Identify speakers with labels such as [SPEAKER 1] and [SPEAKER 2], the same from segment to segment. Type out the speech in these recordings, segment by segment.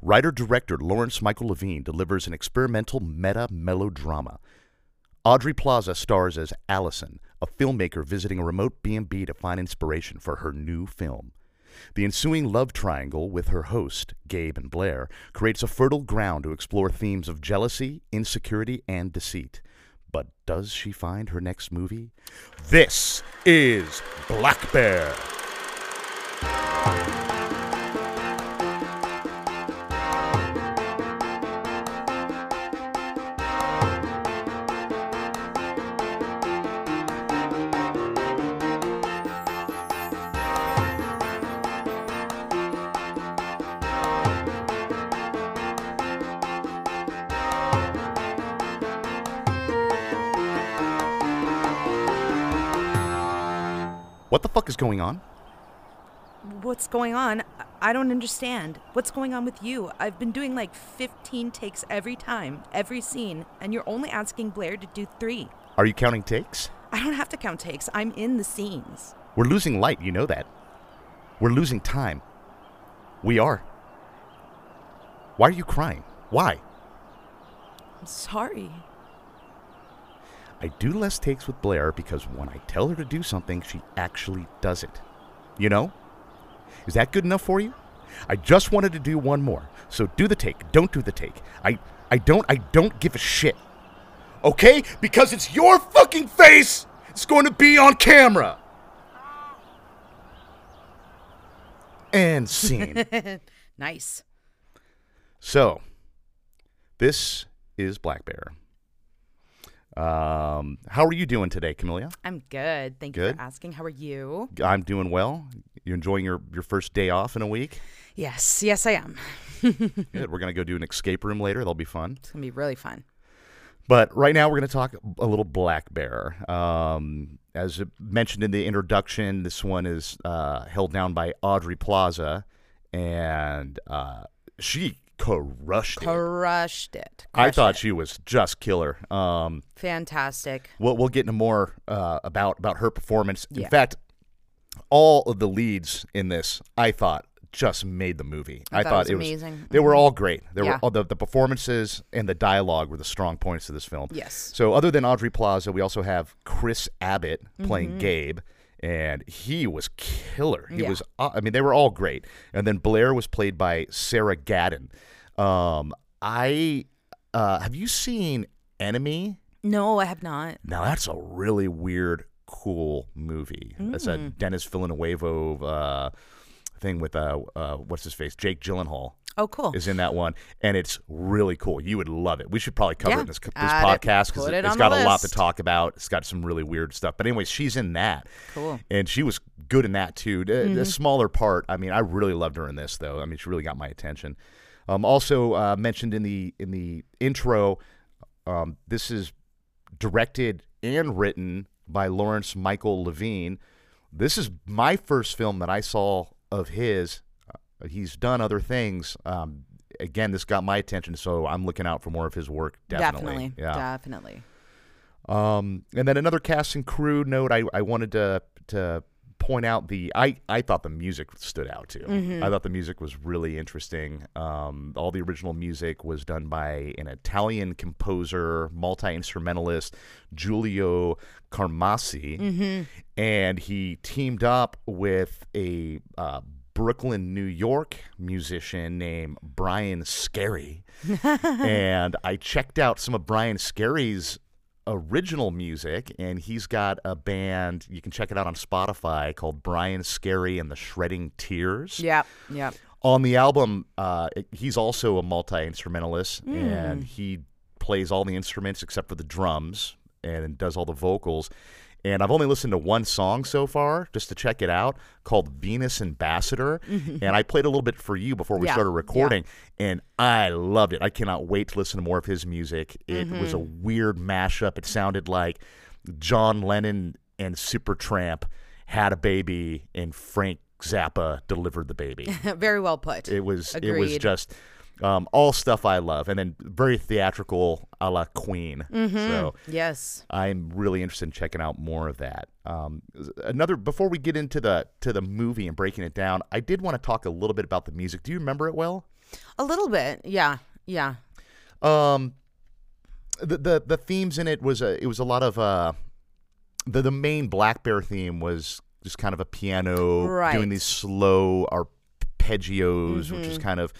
[SPEAKER 1] writer director Lawrence Michael Levine delivers an experimental meta melodrama. Audrey Plaza stars as Allison, a filmmaker visiting a remote B&B to find inspiration for her new film. The ensuing love triangle with her host, Gabe and Blair, creates a fertile ground to explore themes of jealousy, insecurity, and deceit. But does she find her next movie? This is Black Bear. What the fuck is going on?
[SPEAKER 2] What's going on? I I don't understand. What's going on with you? I've been doing like 15 takes every time, every scene, and you're only asking Blair to do three.
[SPEAKER 1] Are you counting takes?
[SPEAKER 2] I don't have to count takes, I'm in the scenes.
[SPEAKER 1] We're losing light, you know that. We're losing time. We are. Why are you crying? Why?
[SPEAKER 2] I'm sorry.
[SPEAKER 1] I do less takes with Blair because when I tell her to do something, she actually does it. You know? Is that good enough for you? I just wanted to do one more. So do the take. Don't do the take. I I don't I don't give a shit. Okay? Because it's your fucking face. It's going to be on camera. And scene.
[SPEAKER 2] nice.
[SPEAKER 1] So, this is Black Bear. Um, how are you doing today, Camelia?
[SPEAKER 2] I'm good. Thank you
[SPEAKER 1] Good.
[SPEAKER 2] for asking. How are you?
[SPEAKER 1] I'm doing well. You enjoying your, your first day off in a week?
[SPEAKER 2] Yes, yes, I am.
[SPEAKER 1] Good. We're gonna go do an escape room later. That'll be fun.
[SPEAKER 2] It's gonna be really fun.
[SPEAKER 1] But right now, we're gonna talk a little Black Bear. Um, as mentioned in the introduction, this one is uh, held down by Audrey Plaza, and uh, she crushed it.
[SPEAKER 2] Crushed it.
[SPEAKER 1] I
[SPEAKER 2] Crushed
[SPEAKER 1] thought
[SPEAKER 2] it.
[SPEAKER 1] she was just killer. Um,
[SPEAKER 2] fantastic.
[SPEAKER 1] We'll, we'll get into more uh, about about her performance. In
[SPEAKER 2] Yeah.
[SPEAKER 1] fact, all of the leads in this, I thought, just made the movie. I,
[SPEAKER 2] thought it was amazing. Mm-hmm.
[SPEAKER 1] They were all great. They were
[SPEAKER 2] Yeah.
[SPEAKER 1] all the, the performances and the dialogue were the strong points of this film.
[SPEAKER 2] Yes.
[SPEAKER 1] So other than Audrey Plaza, we also have Chris Abbott playing Gabe. And he was killer. He
[SPEAKER 2] Mm-hmm. Yeah.
[SPEAKER 1] was. Uh, I mean, they were all great. And then Blair was played by Sarah Gadden. Um, I uh, have you seen Enemy?
[SPEAKER 2] No, I have not.
[SPEAKER 1] Now that's a really weird, cool movie. That's a
[SPEAKER 2] Mm.
[SPEAKER 1] Dennis Villeneuve uh, thing with uh, uh, what's his face, Jake Gyllenhaal
[SPEAKER 2] Oh, cool.
[SPEAKER 1] is in that one, and it's really cool. You would love it. We should probably cover it
[SPEAKER 2] Yeah.
[SPEAKER 1] in this, this
[SPEAKER 2] Add it.
[SPEAKER 1] podcast because
[SPEAKER 2] Put
[SPEAKER 1] it,
[SPEAKER 2] it
[SPEAKER 1] has
[SPEAKER 2] on the
[SPEAKER 1] got a lot to
[SPEAKER 2] list.
[SPEAKER 1] talk about. It's got some really weird stuff. But anyway, she's in that.
[SPEAKER 2] Cool.
[SPEAKER 1] And she was good in that too. The, the smaller part. I mean, I really loved her in this though. I mean, she really got my attention. Um, also uh, mentioned in the in the intro, um, this is directed and written by Lawrence Michael Levine. This is my first film that I saw of his. Uh, he's done other things. Um, again, this got my attention, so I'm looking out for more of his work. Definitely,
[SPEAKER 2] Definitely.
[SPEAKER 1] yeah.
[SPEAKER 2] Definitely.
[SPEAKER 1] Um, and then another cast and crew note I, I wanted to to point out the I, I thought the music stood out too. I thought the music was really interesting. Um, all the original music was done by an Italian composer, multi instrumentalist, Giulio Carmasi, and he teamed up with a uh, Brooklyn, New York musician named Brian Scary and I checked out some of Brian Scary's original music, and he's got a band. You can check it out on Spotify called Brian Scary and the Shredding Tears.
[SPEAKER 2] Yep. Yep.
[SPEAKER 1] On the album, uh, he's also a multi instrumentalist,
[SPEAKER 2] Hmm.
[SPEAKER 1] and he plays all the instruments except for the drums and does all the vocals. And I've only listened to one song so far, just to check it out, called Venus Ambassador. and I played a little bit for you before we
[SPEAKER 2] Yeah,
[SPEAKER 1] started
[SPEAKER 2] yeah.
[SPEAKER 1] recording, and I loved it. I cannot wait to listen to more of his music. It was a
[SPEAKER 2] Mm-hmm.
[SPEAKER 1] weird mashup. It sounded like John Lennon and Supertramp had a baby, and Frank Zappa delivered the baby.
[SPEAKER 2] Very well put.
[SPEAKER 1] It was it was
[SPEAKER 2] Agreed.
[SPEAKER 1] just um, all stuff I love, and then very theatrical a la Queen. So
[SPEAKER 2] yes.
[SPEAKER 1] I'm really interested in checking out more of that. Um, another before we get into the to the movie and breaking it down, I did want to talk a little bit about the music. Do you remember it well?
[SPEAKER 3] A little bit. Yeah. Yeah.
[SPEAKER 1] Um, the the, the themes in it was a, it was a lot of uh, the the main Black Bear theme was just kind of a piano
[SPEAKER 3] Right.
[SPEAKER 1] doing these slow arpeggios, which is kind of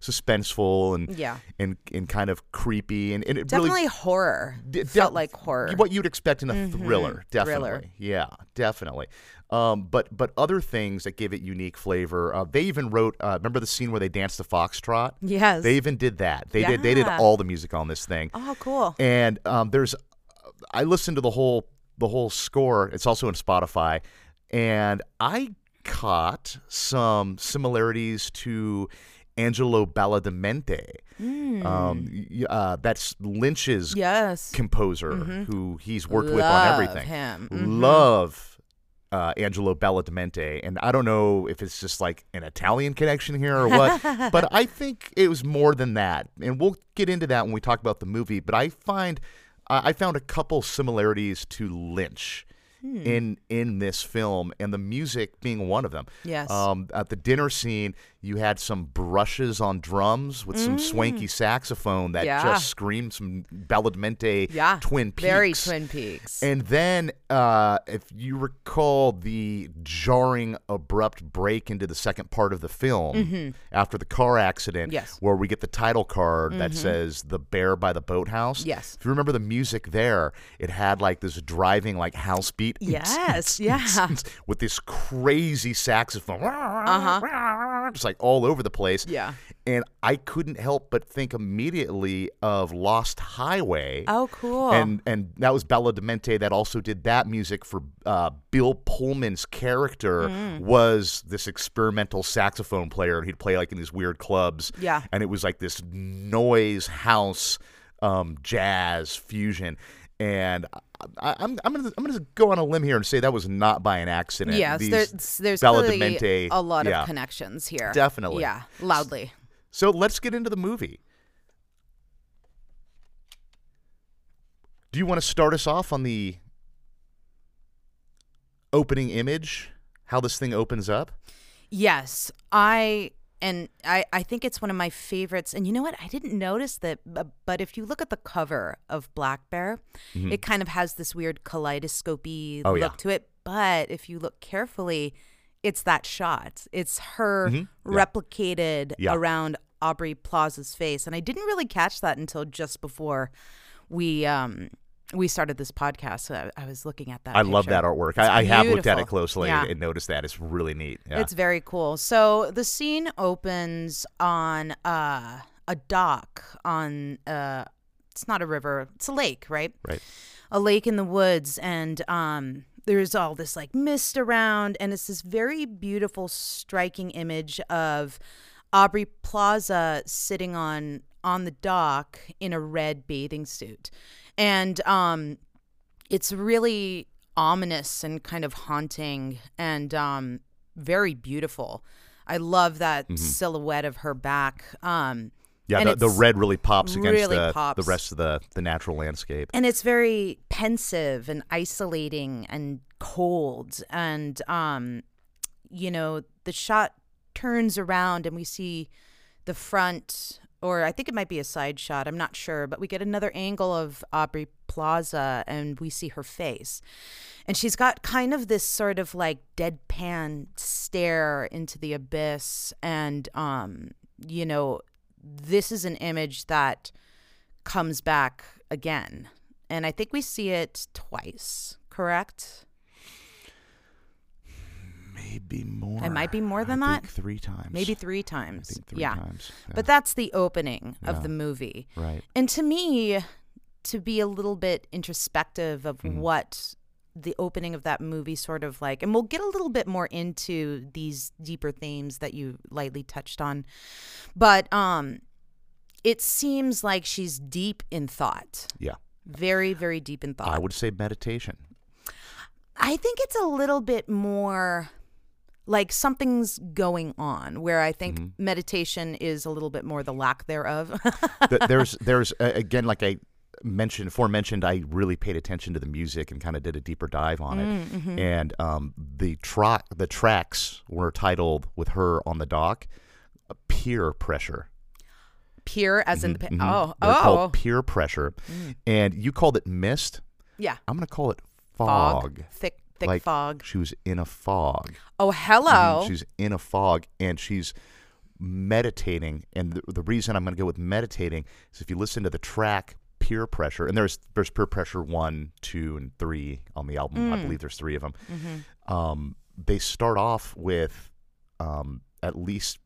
[SPEAKER 1] suspenseful and
[SPEAKER 3] Yeah.
[SPEAKER 1] and and kind of creepy and, and it
[SPEAKER 3] Definitely
[SPEAKER 1] really
[SPEAKER 3] horror.
[SPEAKER 1] d-
[SPEAKER 3] felt
[SPEAKER 1] def-
[SPEAKER 3] like horror. Mm-hmm.
[SPEAKER 1] What you'd expect in a thriller, definitely.
[SPEAKER 3] Thriller.
[SPEAKER 1] Yeah, definitely. Um, but but other things that give it unique flavor. Uh, they even wrote. Uh, remember the scene where they danced the foxtrot?
[SPEAKER 3] Yes.
[SPEAKER 1] They even did that. They did. They did
[SPEAKER 3] Yeah.
[SPEAKER 1] all the music on this thing.
[SPEAKER 3] oh, cool.
[SPEAKER 1] And um, there's, I listened to the whole the whole score. It's also in Spotify, and I caught some similarities to Angelo Badalamenti. Um, y- uh, that's Lynch's
[SPEAKER 3] Hmm. Yes. Mm-hmm.
[SPEAKER 1] composer who he's worked with on
[SPEAKER 3] Love
[SPEAKER 1] everything.
[SPEAKER 3] him. Mm-hmm.
[SPEAKER 1] Love uh, Angelo Badalamenti, and I don't know if it's just like an Italian connection here or what, but I think it was more than that, and we'll get into that when we talk about the movie. But I find I I found a couple similarities to Lynch.
[SPEAKER 3] Hmm.
[SPEAKER 1] In in this film, and the music being one of them.
[SPEAKER 3] Yes.
[SPEAKER 1] Um, at the dinner scene, you had some brushes on drums with some swanky saxophone that
[SPEAKER 3] Mm. Yeah.
[SPEAKER 1] just screamed some Badalamenti
[SPEAKER 3] Yeah.
[SPEAKER 1] Twin Peaks.
[SPEAKER 3] Very Twin Peaks.
[SPEAKER 1] And then, uh, if you recall the jarring, abrupt break into the second part of the film after the car accident,
[SPEAKER 3] Mm-hmm. Yes. Mm-hmm.
[SPEAKER 1] where we get the title card that says "The Bear by the Boathouse."
[SPEAKER 3] Yes.
[SPEAKER 1] If you remember the music there, it had like this driving, like house beat.
[SPEAKER 3] Yes, yeah.
[SPEAKER 1] With this crazy saxophone, uh-huh. just like all over the place.
[SPEAKER 3] Yeah.
[SPEAKER 1] And I couldn't help but think immediately of Lost Highway.
[SPEAKER 3] oh, cool.
[SPEAKER 1] And and that was Bella Demente that also did that music for uh, Bill Pullman's character
[SPEAKER 3] Mm.
[SPEAKER 1] was this experimental saxophone player and he'd play like in these weird clubs.
[SPEAKER 3] Yeah.
[SPEAKER 1] And it was like this noise house um, jazz fusion. And I, I'm I'm gonna I'm gonna go on a limb here and say that was not by an accident.
[SPEAKER 3] yes,
[SPEAKER 1] These
[SPEAKER 3] there's there's
[SPEAKER 1] Bella
[SPEAKER 3] clearly
[SPEAKER 1] Demente-
[SPEAKER 3] a lot
[SPEAKER 1] yeah.
[SPEAKER 3] of connections here.
[SPEAKER 1] Definitely.
[SPEAKER 3] Yeah. Loudly.
[SPEAKER 1] So let's get into the movie. Do you want to start us off on the opening image? How this thing opens up?
[SPEAKER 3] Yes, I and I I think it's one of my favorites. And you know what? I didn't notice that, bu- but if you look at the cover of Black Bear, it kind of has this weird kaleidoscopy
[SPEAKER 1] Mm-hmm. Oh,
[SPEAKER 3] look
[SPEAKER 1] yeah.
[SPEAKER 3] to it. But if you look carefully, it's that shot. It's her replicated
[SPEAKER 1] Mm-hmm. Yeah.
[SPEAKER 3] around Aubrey Plaza's face, and I didn't really catch that until just before we um we started this podcast. So I, I was looking at that.
[SPEAKER 1] I love
[SPEAKER 3] picture.
[SPEAKER 1] that artwork. I, I have looked at it
[SPEAKER 3] beautiful.
[SPEAKER 1] closely
[SPEAKER 3] Yeah.
[SPEAKER 1] and noticed that. It's really neat. Yeah.
[SPEAKER 3] It's very cool. So the scene opens on uh, a dock on uh, it's not a river, it's a lake, right?
[SPEAKER 1] right.
[SPEAKER 3] A lake in the woods, and um, there's all this like mist around, and it's this very beautiful, striking image of Aubrey Plaza sitting on on the dock in a red bathing suit, and um, it's really ominous and kind of haunting and um, very beautiful. I love that silhouette of her back. Um,
[SPEAKER 1] Yeah,
[SPEAKER 3] and
[SPEAKER 1] the, the
[SPEAKER 3] it's-
[SPEAKER 1] red really pops against
[SPEAKER 3] really
[SPEAKER 1] the,
[SPEAKER 3] pops.
[SPEAKER 1] the rest of the, the natural landscape.
[SPEAKER 3] and it's very pensive and isolating and cold and um you know the shot turns around and we see the front or i think it might be a side shot i'm not sure but we get another angle of aubrey plaza and we see her face and she's got kind of this sort of like deadpan stare into the abyss and um you know this is an image that comes back again. And I think we see it twice, correct?
[SPEAKER 1] Maybe more.
[SPEAKER 3] It might be more than
[SPEAKER 1] I
[SPEAKER 3] that.
[SPEAKER 1] think three times.
[SPEAKER 3] Maybe three times.
[SPEAKER 1] three
[SPEAKER 3] yeah.
[SPEAKER 1] times. Yeah.
[SPEAKER 3] But that's the opening of the movie.
[SPEAKER 1] Right.
[SPEAKER 3] And to me, to be a little bit introspective of
[SPEAKER 1] Mm-hmm.
[SPEAKER 3] what the opening of that movie sort of like, and we'll get a little bit more into these deeper themes that you lightly touched on, but um, it seems like she's deep in thought,
[SPEAKER 1] Yeah.
[SPEAKER 3] very, very deep in thought.
[SPEAKER 1] I would say meditation.
[SPEAKER 3] I think it's a little bit more like something's going on where I think
[SPEAKER 1] Mm-hmm.
[SPEAKER 3] meditation is a little bit more the lack thereof.
[SPEAKER 1] Th- there's there's uh, again like I mentioned aforementioned I really paid attention to the music and kind of did a deeper dive on it
[SPEAKER 3] Mm, mm-hmm.
[SPEAKER 1] and um, the track the tracks were titled with her on the dock uh, peer pressure
[SPEAKER 3] peer as in the pa- oh
[SPEAKER 1] Mm-hmm, They're
[SPEAKER 3] oh Mm.
[SPEAKER 1] called peer pressure, and you called it mist.
[SPEAKER 3] yeah
[SPEAKER 1] I'm gonna call it
[SPEAKER 3] fog,
[SPEAKER 1] fog.
[SPEAKER 3] thick thick
[SPEAKER 1] Like,
[SPEAKER 3] fog.
[SPEAKER 1] She was in a fog.
[SPEAKER 3] Oh hello.
[SPEAKER 1] She's in a fog and she's meditating. And the, the reason I'm going to go with meditating is if you listen to the track Peer Pressure, and there's there's Peer Pressure one, two, and three on the album. I believe there's three of them. Um, they start off with um, at least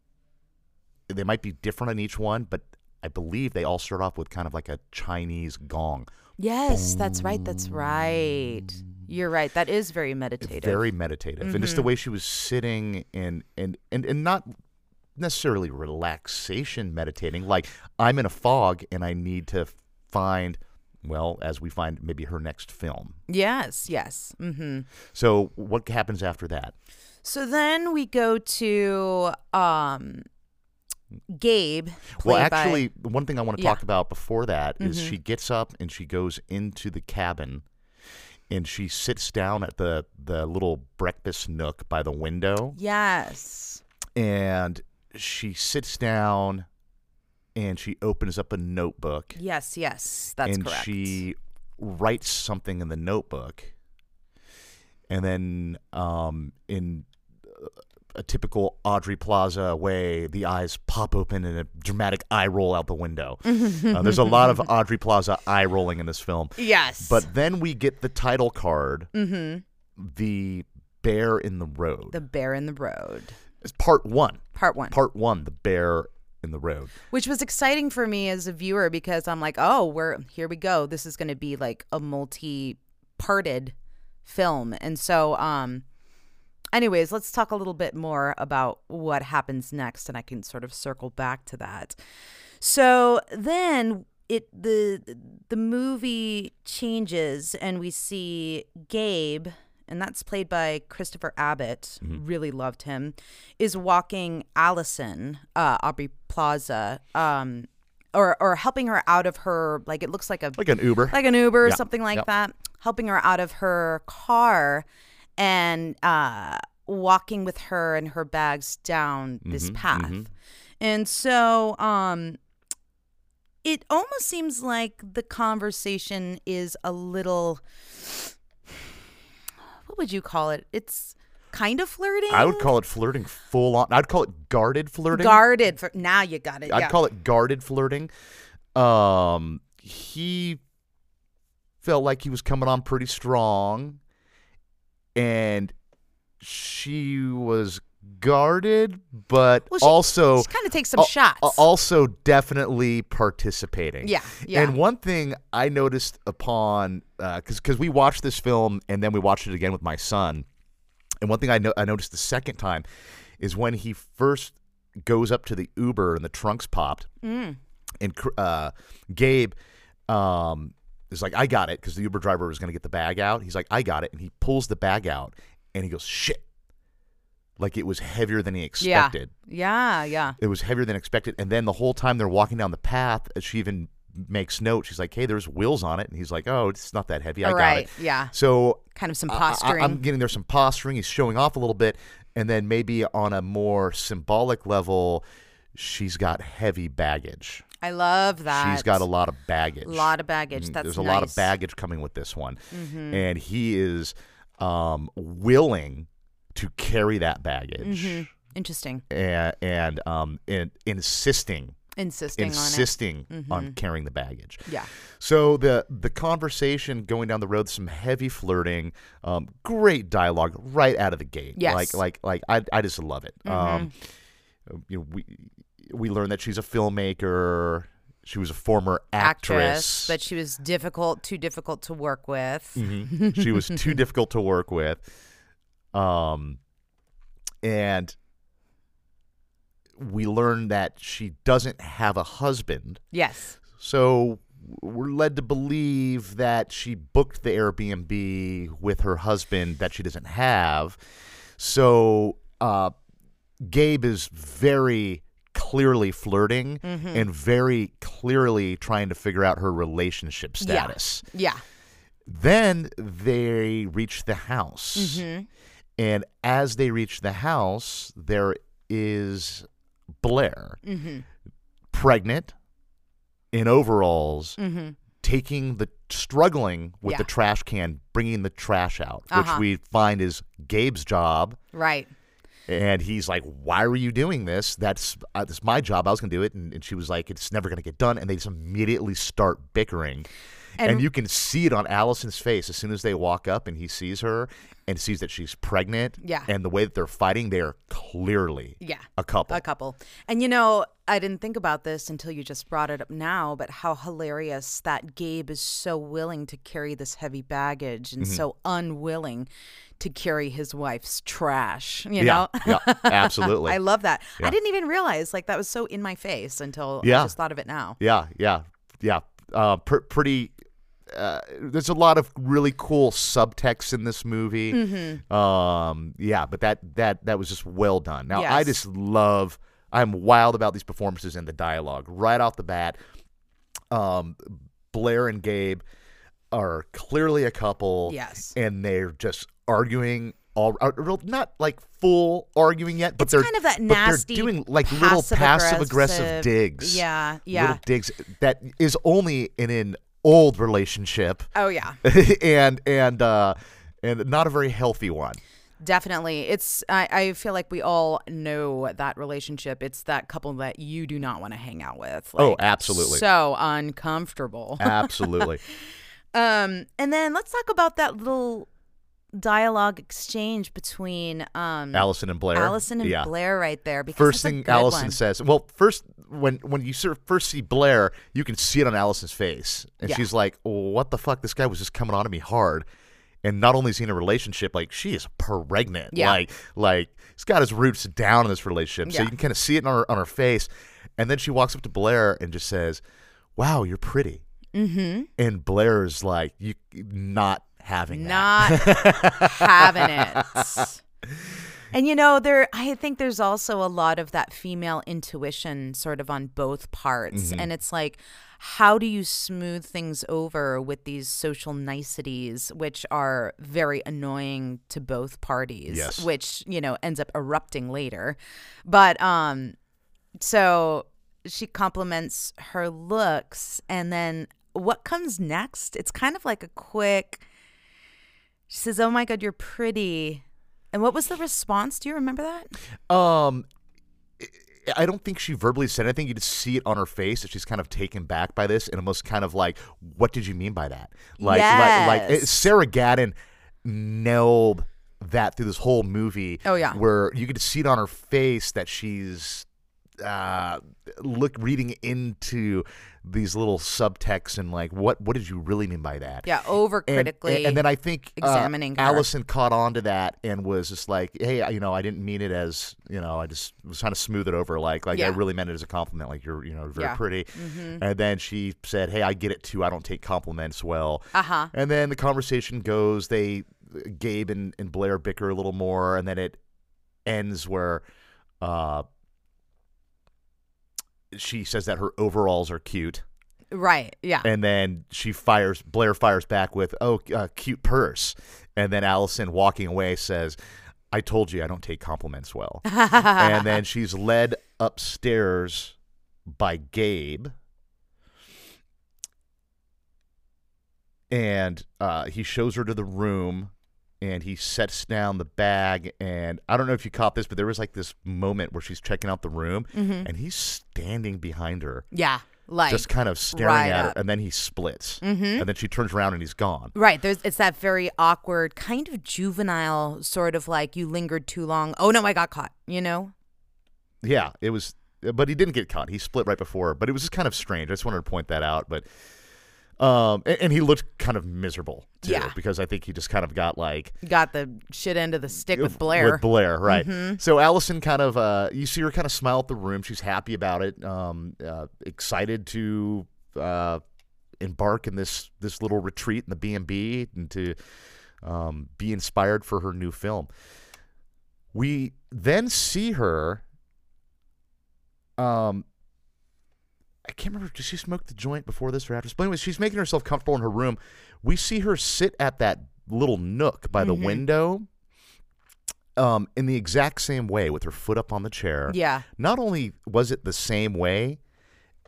[SPEAKER 1] they might be different on each one, but I believe they all start off with kind of like a Chinese gong.
[SPEAKER 3] Yes, that's right. That's right. You're right. That is very meditative. Mm-hmm.
[SPEAKER 1] Very meditative, and just the way she was sitting and and and and not necessarily relaxation meditating. Like I'm in a fog and I need to find, well, as we find maybe her next film.
[SPEAKER 3] yes, yes. hmm
[SPEAKER 1] So what happens after that?
[SPEAKER 3] So then we go to um, Gabe.
[SPEAKER 1] Well,
[SPEAKER 3] played by-
[SPEAKER 1] actually, the one thing I want to
[SPEAKER 3] Yeah. Mm-hmm.
[SPEAKER 1] talk about before that is she gets up and she goes into the cabin. And she sits down at the, the little breakfast nook by the window.
[SPEAKER 3] yes.
[SPEAKER 1] and she sits down and she opens up a notebook
[SPEAKER 3] Yes, yes. That's
[SPEAKER 1] and
[SPEAKER 3] correct.
[SPEAKER 1] she writes something in the notebook and then um, in uh, a typical audrey plaza way the eyes pop open and a dramatic eye roll out the window Uh, there's a lot of audrey plaza eye rolling in this film
[SPEAKER 3] yes. Mm-hmm.
[SPEAKER 1] but then we get the title card the bear in the road
[SPEAKER 3] Mm. The Bear in the Road,
[SPEAKER 1] it's part one
[SPEAKER 3] part one.
[SPEAKER 1] part one, the bear in the road.
[SPEAKER 3] which was exciting for me as a viewer because I'm like, oh, we're here we go. This is going to be like a multi-parted film, and so um, anyways, let's talk a little bit more about what happens next, and I can sort of circle back to that. So then it the the movie changes, and we see Gabe. And that's played by Christopher Abbott. Really loved him. Is walking Allison, uh, Aubrey Plaza, um, or or helping her out of her like it looks like a
[SPEAKER 1] Like an Uber.
[SPEAKER 3] like an Uber or
[SPEAKER 1] Yeah,
[SPEAKER 3] something like
[SPEAKER 1] yeah.
[SPEAKER 3] that, helping her out of her car and uh, walking with her and her bags down this
[SPEAKER 1] Mm-hmm,
[SPEAKER 3] path. And so um, it almost seems like the conversation is a little, what would you call it? It's kind of flirting.
[SPEAKER 1] I would call it flirting full on. I'd call it guarded flirting.
[SPEAKER 3] guarded. For, now you got it.
[SPEAKER 1] I'd
[SPEAKER 3] yeah.
[SPEAKER 1] call it guarded flirting. Um, he felt like he was coming on pretty strong, and she was guarded, but
[SPEAKER 3] Well, she-
[SPEAKER 1] also
[SPEAKER 3] she kinda takes some
[SPEAKER 1] al-
[SPEAKER 3] shots.
[SPEAKER 1] al- Also, definitely participating.
[SPEAKER 3] Yeah, yeah.
[SPEAKER 1] And one thing I noticed upon because because we watched this film and then we watched it again with my son, and one thing I, no- I noticed the second time is when he first goes up to the Uber and the trunk's popped,
[SPEAKER 3] Mm.
[SPEAKER 1] and cr- uh, Gabe um, is like, "I got it," because the Uber driver was going to get the bag out. He's like, "I got it," and he pulls the bag out, and he goes, "Shit!" Like it was heavier than he
[SPEAKER 3] yeah.
[SPEAKER 1] expected
[SPEAKER 3] yeah, yeah.
[SPEAKER 1] it was heavier than expected. And then the whole time they're walking down the path, uh, she even makes note. She's like, "Hey, there's wheels on it," and he's like, "Oh, it's not that heavy. I
[SPEAKER 3] All
[SPEAKER 1] got
[SPEAKER 3] right.
[SPEAKER 1] it."
[SPEAKER 3] Yeah.
[SPEAKER 1] So
[SPEAKER 3] Kind of some
[SPEAKER 1] I- I-
[SPEAKER 3] posturing.
[SPEAKER 1] I'm getting there's some posturing. He's showing off a little bit, and then maybe on a more symbolic level, she's got heavy baggage.
[SPEAKER 3] I love that.
[SPEAKER 1] She's got a lot of baggage.
[SPEAKER 3] Lot of baggage.
[SPEAKER 1] Mm,
[SPEAKER 3] That's
[SPEAKER 1] there's a lot of
[SPEAKER 3] nice. Mm-hmm.
[SPEAKER 1] baggage coming with this one, and he is um, willing to carry that baggage
[SPEAKER 3] Mm-hmm. Interesting.
[SPEAKER 1] and and um and insisting
[SPEAKER 3] Insisting, Mm-hmm.
[SPEAKER 1] insisting on, carrying the baggage.
[SPEAKER 3] on it. Yeah.
[SPEAKER 1] So the the conversation going down the road, some heavy flirting, um, great dialogue right out of the gate.
[SPEAKER 3] Yes. Mm-hmm.
[SPEAKER 1] Like like like I I just love it. Um, you know we we learn that she's a filmmaker. She was a former actress. Mm.
[SPEAKER 3] but she was difficult, too difficult to work with.
[SPEAKER 1] Mm-hmm. she was too difficult to work with. Um, and we learn that she doesn't have a husband.
[SPEAKER 3] Yes.
[SPEAKER 1] So we're led to believe that she booked the Airbnb with her husband that she doesn't have. So uh, Gabe is very clearly flirting and very clearly trying to figure out her relationship status.
[SPEAKER 3] Yeah.
[SPEAKER 1] Then they reach the house.
[SPEAKER 3] Mm-hmm.
[SPEAKER 1] And as they reach the
[SPEAKER 3] Mm-hmm.
[SPEAKER 1] house, there is Blair, pregnant, in overalls taking the struggling with
[SPEAKER 3] Mm-hmm. Yeah.
[SPEAKER 1] the trash can, bringing the trash out,
[SPEAKER 3] Uh-huh.
[SPEAKER 1] which we find is Gabe's job.
[SPEAKER 3] Right.
[SPEAKER 1] And he's like, "Why were you doing this? That's uh, that's my job. I was gonna do it." And, and she was like, "It's never gonna get done." And they just immediately start bickering, and, you can see it on Allison's face as soon as they walk up and he sees her and sees that she's pregnant.
[SPEAKER 3] Yeah.
[SPEAKER 1] And the way that they're fighting, they are clearly
[SPEAKER 3] Yeah.
[SPEAKER 1] a couple.
[SPEAKER 3] A couple. And you know, I didn't think about this until you just brought it up now, but how hilarious that Gabe is so willing to carry this heavy baggage and
[SPEAKER 1] Mm-hmm.
[SPEAKER 3] so unwilling to carry his wife's trash,
[SPEAKER 1] yeah,
[SPEAKER 3] you know?
[SPEAKER 1] yeah, absolutely.
[SPEAKER 3] I love that. I
[SPEAKER 1] Yeah.
[SPEAKER 3] didn't even realize like that was so in my face until I
[SPEAKER 1] Yeah.
[SPEAKER 3] just thought of it now.
[SPEAKER 1] Yeah, yeah, yeah. Uh, pr- pretty. Uh, there's a lot of really cool subtext in this movie.
[SPEAKER 3] Mm-hmm.
[SPEAKER 1] Um, yeah, but that that that was just well done. Now I
[SPEAKER 3] Yes.
[SPEAKER 1] just love. I'm wild about these performances and the dialogue right off the bat. Um, Blair and Gabe are clearly a couple.
[SPEAKER 3] Yes.
[SPEAKER 1] and they're just arguing. All uh, real- not like full arguing yet, but
[SPEAKER 3] It's
[SPEAKER 1] they're
[SPEAKER 3] kind of that
[SPEAKER 1] but they're
[SPEAKER 3] nasty
[SPEAKER 1] doing like little passive aggressive digs
[SPEAKER 3] Yeah,
[SPEAKER 1] little
[SPEAKER 3] yeah.
[SPEAKER 1] digs that is only in an old relationship
[SPEAKER 3] Oh yeah.
[SPEAKER 1] and and uh and not a very healthy one
[SPEAKER 3] Definitely. It's I, I feel like we all know that relationship. It's that couple that you do not want to hang out with.
[SPEAKER 1] Oh,
[SPEAKER 3] Like,
[SPEAKER 1] absolutely.
[SPEAKER 3] So uncomfortable.
[SPEAKER 1] absolutely
[SPEAKER 3] Um and then let's talk about that little dialogue exchange between um
[SPEAKER 1] allison and blair
[SPEAKER 3] Allison and
[SPEAKER 1] yeah.
[SPEAKER 3] Blair right there because
[SPEAKER 1] first
[SPEAKER 3] that's a
[SPEAKER 1] thing
[SPEAKER 3] good
[SPEAKER 1] allison
[SPEAKER 3] one.
[SPEAKER 1] says well first when when you sort of first see blair you can see it on allison's face and
[SPEAKER 3] Yeah.
[SPEAKER 1] she's like well, what the fuck this guy was just coming on to me hard and not only is he in a relationship, like she is pregnant.
[SPEAKER 3] Yeah.
[SPEAKER 1] Like, like he's got his roots down in this relationship, so
[SPEAKER 3] Yeah.
[SPEAKER 1] you can kind of see it on her on her face. And then she walks up to Blair and just says, "Wow, you're pretty." Mm-hmm. And Blair's like, "You not having that."
[SPEAKER 3] not having it. And you know, there I think there's also a lot of that female intuition sort of on both parts. And it's like how do you smooth things over with these social niceties which are very annoying to both parties,
[SPEAKER 1] Yes.
[SPEAKER 3] which, you know, ends up erupting later. But um so she compliments her looks and then what comes next? It's kind of like a quick she says, "Oh my god, you're pretty." And what was the response? Do you remember that?
[SPEAKER 1] Um, I- I don't think she verbally said anything. You just see it on her face that she's kind of taken back by this, and almost kind of like, "What did you mean by that?" Like, like, like it-
[SPEAKER 3] Yes.
[SPEAKER 1] Sarah Gadden nailed that through this whole movie.
[SPEAKER 3] Oh, yeah.
[SPEAKER 1] where you could see it on her face that she's uh look reading into these little subtexts and like what what did you really mean by that
[SPEAKER 3] Yeah,
[SPEAKER 1] and- and-
[SPEAKER 3] overcritically.
[SPEAKER 1] And, then I think uh,
[SPEAKER 3] examining her.
[SPEAKER 1] Allison caught on to that and was just like, "Hey, I- you know, I didn't mean it as you know, I just was trying to smooth it over. Like, like I
[SPEAKER 3] Yeah.
[SPEAKER 1] really meant it as a compliment. Like you're, you know, very
[SPEAKER 3] Yeah.
[SPEAKER 1] pretty."
[SPEAKER 3] Mm-hmm.
[SPEAKER 1] And then she said, "Hey, I get it too. I don't take compliments well."
[SPEAKER 3] Uh-huh.
[SPEAKER 1] And then the conversation goes. They, Gabe and, and Blair bicker a little more, and then it ends where. Uh, she says that her overalls are cute
[SPEAKER 3] right? Yeah.
[SPEAKER 1] and then she fires blair fires back with oh uh, cute purse and then allison walking away says i told you i don't take compliments well and then she's led upstairs by gabe and uh, he shows her to the room and he sets down the bag and i don't know if you caught this but there was like this moment where she's checking out the room and he's standing behind her
[SPEAKER 3] yeah, like
[SPEAKER 1] just kind of staring at
[SPEAKER 3] right
[SPEAKER 1] her,
[SPEAKER 3] up. Mm-hmm.
[SPEAKER 1] and then he splits, and then she turns around and he's gone.
[SPEAKER 3] right. There's it's that very awkward kind of juvenile sort of like you lingered too long. Oh no, I got caught. You know?
[SPEAKER 1] Yeah, it was, but he didn't get caught. He split right before, but it was just kind of strange. I just wanted to point that out, but. Um, and, and he looked kind of miserable too,
[SPEAKER 3] Yeah.
[SPEAKER 1] because I think he just kind of got like
[SPEAKER 3] Got the shit end of the stick with Blair. Mm-hmm.
[SPEAKER 1] With Blair, right? So Allison kind of, uh, you see her kind of smile at the room. She's happy about it, um, uh, excited to uh, embark in this this little retreat in the B and B, and to um, be inspired for her new film. We then see her. Um, I can't remember. Did she smoke the joint before this or after? But anyway, she's making herself comfortable in her room. We see her sit at that little nook by
[SPEAKER 3] Mm-hmm.
[SPEAKER 1] the window um, in the exact same way with her foot up on the chair.
[SPEAKER 3] Yeah.
[SPEAKER 1] Not only was it the same way,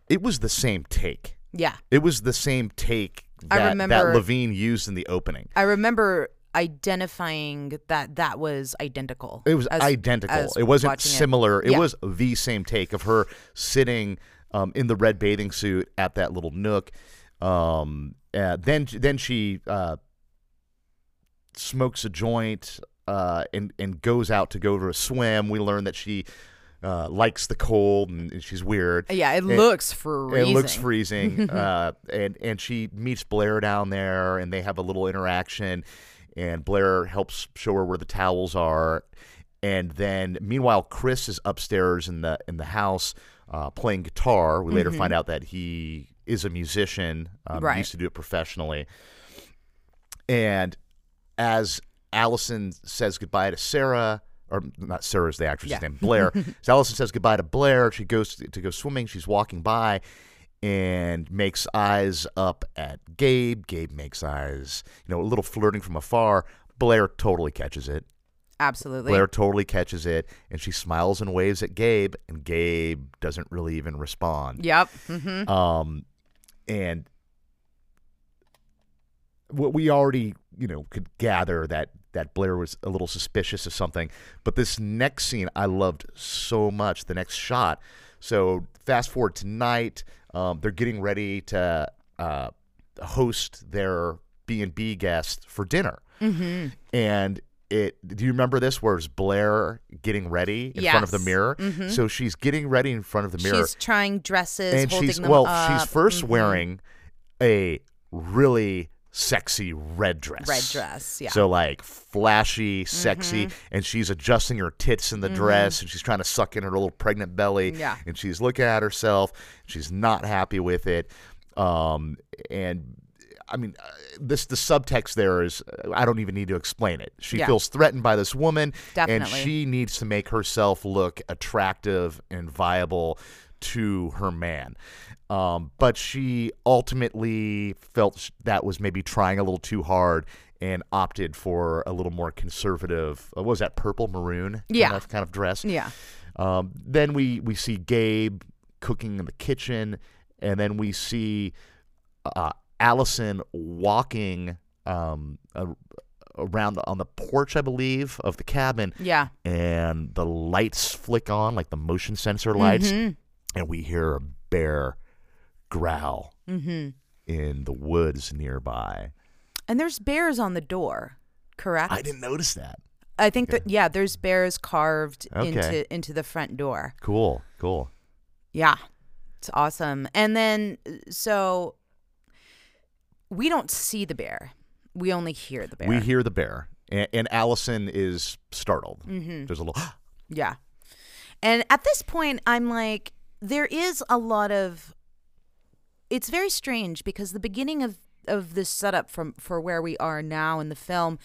[SPEAKER 1] it was the same take.
[SPEAKER 3] Yeah.
[SPEAKER 1] It was the same take
[SPEAKER 3] I
[SPEAKER 1] that, that
[SPEAKER 3] remember-
[SPEAKER 1] Levine used in the opening.
[SPEAKER 3] I remember identifying that that was identical.
[SPEAKER 1] It was
[SPEAKER 3] as-
[SPEAKER 1] identical.
[SPEAKER 3] as
[SPEAKER 1] It wasn't
[SPEAKER 3] watching it.
[SPEAKER 1] similar. It,
[SPEAKER 3] Yeah.
[SPEAKER 1] was the same take of her sitting um, in the red bathing suit at that little nook. Um, uh, then then she uh, smokes a joint uh, and and goes out to go for a swim. We learn that she uh, likes the cold and, and she's weird.
[SPEAKER 3] Yeah, it,
[SPEAKER 1] It-
[SPEAKER 3] looks freezing.
[SPEAKER 1] It looks freezing. uh, and and she meets Blair down there, and they have a little interaction. And Blair helps show her where the towels are. And then, meanwhile, Chris is upstairs in the in the house uh, playing guitar. We later find out that he is a musician. Um,
[SPEAKER 3] Right.
[SPEAKER 1] He used to do it professionally. And as Allison says goodbye to Sarah, or not Sarah's the actress's
[SPEAKER 3] Yeah.
[SPEAKER 1] name, Blair. so Allison says goodbye to Blair. She goes to, to go swimming. She's walking by and makes eyes up at Gabe. Gabe makes eyes, you know, a little flirting from afar. Blair totally catches it.
[SPEAKER 3] Absolutely.
[SPEAKER 1] Blair totally catches it, and she smiles and waves at Gabe, and Gabe doesn't really even respond.
[SPEAKER 3] Yep. hmm
[SPEAKER 1] Um, and what we already, you know, could gather that that Blair was a little suspicious of something. But this next scene I loved so much. The next shot. So fast forward tonight, um, they're getting ready to uh, host their B and B guests for dinner, mm-hmm. and. It, do you remember this? Where it's Blair getting ready in front of the
[SPEAKER 3] Yes. Mm-hmm.
[SPEAKER 1] mirror? So she's getting ready in front of the mirror
[SPEAKER 3] She's trying dresses,
[SPEAKER 1] and
[SPEAKER 3] holding
[SPEAKER 1] she's
[SPEAKER 3] them
[SPEAKER 1] well
[SPEAKER 3] up. Mm-hmm.
[SPEAKER 1] she's 1st wearing a really sexy red dress
[SPEAKER 3] red dress. Yeah. Mm-hmm.
[SPEAKER 1] so like flashy sexy and she's adjusting her tits in the dress and she's trying to suck in her little pregnant belly
[SPEAKER 3] Yeah.
[SPEAKER 1] and she's looking at herself she's not happy with it um and I mean, uh, this the subtext there is. uh, I don't even need to explain it. She
[SPEAKER 3] Yeah.
[SPEAKER 1] feels threatened by this woman, and
[SPEAKER 3] Definitely.
[SPEAKER 1] she needs to make herself look attractive and viable to her man. Um, but she ultimately felt sh- that was maybe trying a little too hard and opted for a little more conservative. uh, What was that purple maroon?
[SPEAKER 3] Yeah.
[SPEAKER 1] kind of, kind of dress.
[SPEAKER 3] yeah.
[SPEAKER 1] Um, then we we see Gabe cooking in the kitchen, and then we see uh, Allison walking um, a, around the, on the porch, I believe, of the cabin,
[SPEAKER 3] Yeah.
[SPEAKER 1] and the lights flick on like the motion sensor lights,
[SPEAKER 3] Mm-hmm.
[SPEAKER 1] and we hear a bear growl in the woods nearby.
[SPEAKER 3] And there's bears on the door, correct?
[SPEAKER 1] I didn't notice that.
[SPEAKER 3] I think that yeah, there's bears carved
[SPEAKER 1] Okay.
[SPEAKER 3] into into the front door.
[SPEAKER 1] Cool, cool.
[SPEAKER 3] Yeah. It's awesome. And then so we don't see the bear. We only hear the bear.
[SPEAKER 1] We hear the bear, and, and Allison is startled. There's a little.
[SPEAKER 3] Yeah. And at this point, I'm like, there is a lot of. It's very strange because the beginning of of this setup from for where we are now in the film,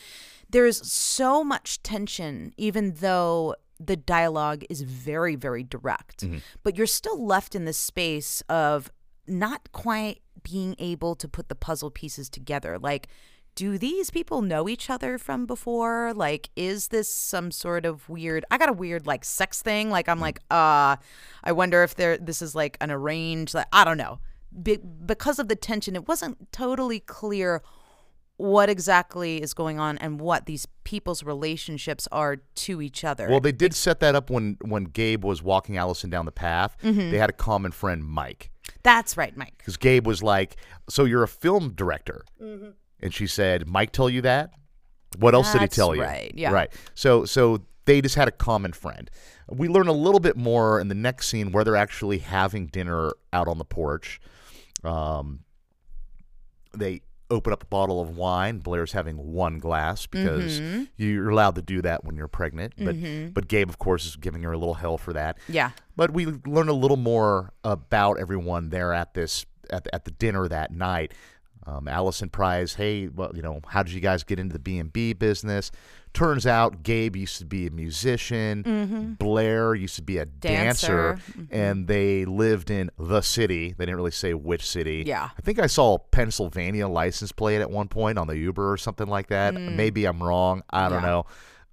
[SPEAKER 3] there's so much tension, even though the dialogue is very very direct. But you're still left in this space of not quite being able to put the puzzle pieces together, like. Do these people know each other from before? Like, is this some sort of weird? I got a weird like sex thing. Like, I'm like, uh, I wonder if there this is like an arranged. Like, I don't know. Be- because of the tension, it wasn't totally clear what exactly is going on and what these people's relationships are to each other.
[SPEAKER 1] Well, they did set that up when when Gabe was walking Allison down the path. They had a common friend, Mike,
[SPEAKER 3] That's right, Mike.
[SPEAKER 1] because Gabe was like, "So you're a film director?"
[SPEAKER 3] Mm-hmm.
[SPEAKER 1] And she said, "Mike, tell you that? What else did he
[SPEAKER 3] That's
[SPEAKER 1] tell you?"
[SPEAKER 3] right, yeah.
[SPEAKER 1] Right. So so they just had a common friend. We learn a little bit more in the next scene where they're actually having dinner out on the porch. Um, they open up a bottle of wine. Blair's having one glass because
[SPEAKER 3] Mm-hmm.
[SPEAKER 1] you're allowed to do that when you're pregnant. But but Gabe, of course, is giving her a little hell for that.
[SPEAKER 3] Yeah.
[SPEAKER 1] But we learn a little more about everyone there at this at the, at the dinner that night. Um, Allison Prize, hey, well, you know, how did you guys get into the B and B business? Turns out Gabe used to be a musician. Blair used to be a dancer,
[SPEAKER 3] Mm-hmm. Dancer. Mm-hmm.
[SPEAKER 1] and they lived in the city. They didn't really say which city.
[SPEAKER 3] Yeah.
[SPEAKER 1] I think I saw a Pennsylvania license plate at one point on the Uber or something like that.
[SPEAKER 3] Mm.
[SPEAKER 1] Maybe I'm wrong. I don't know.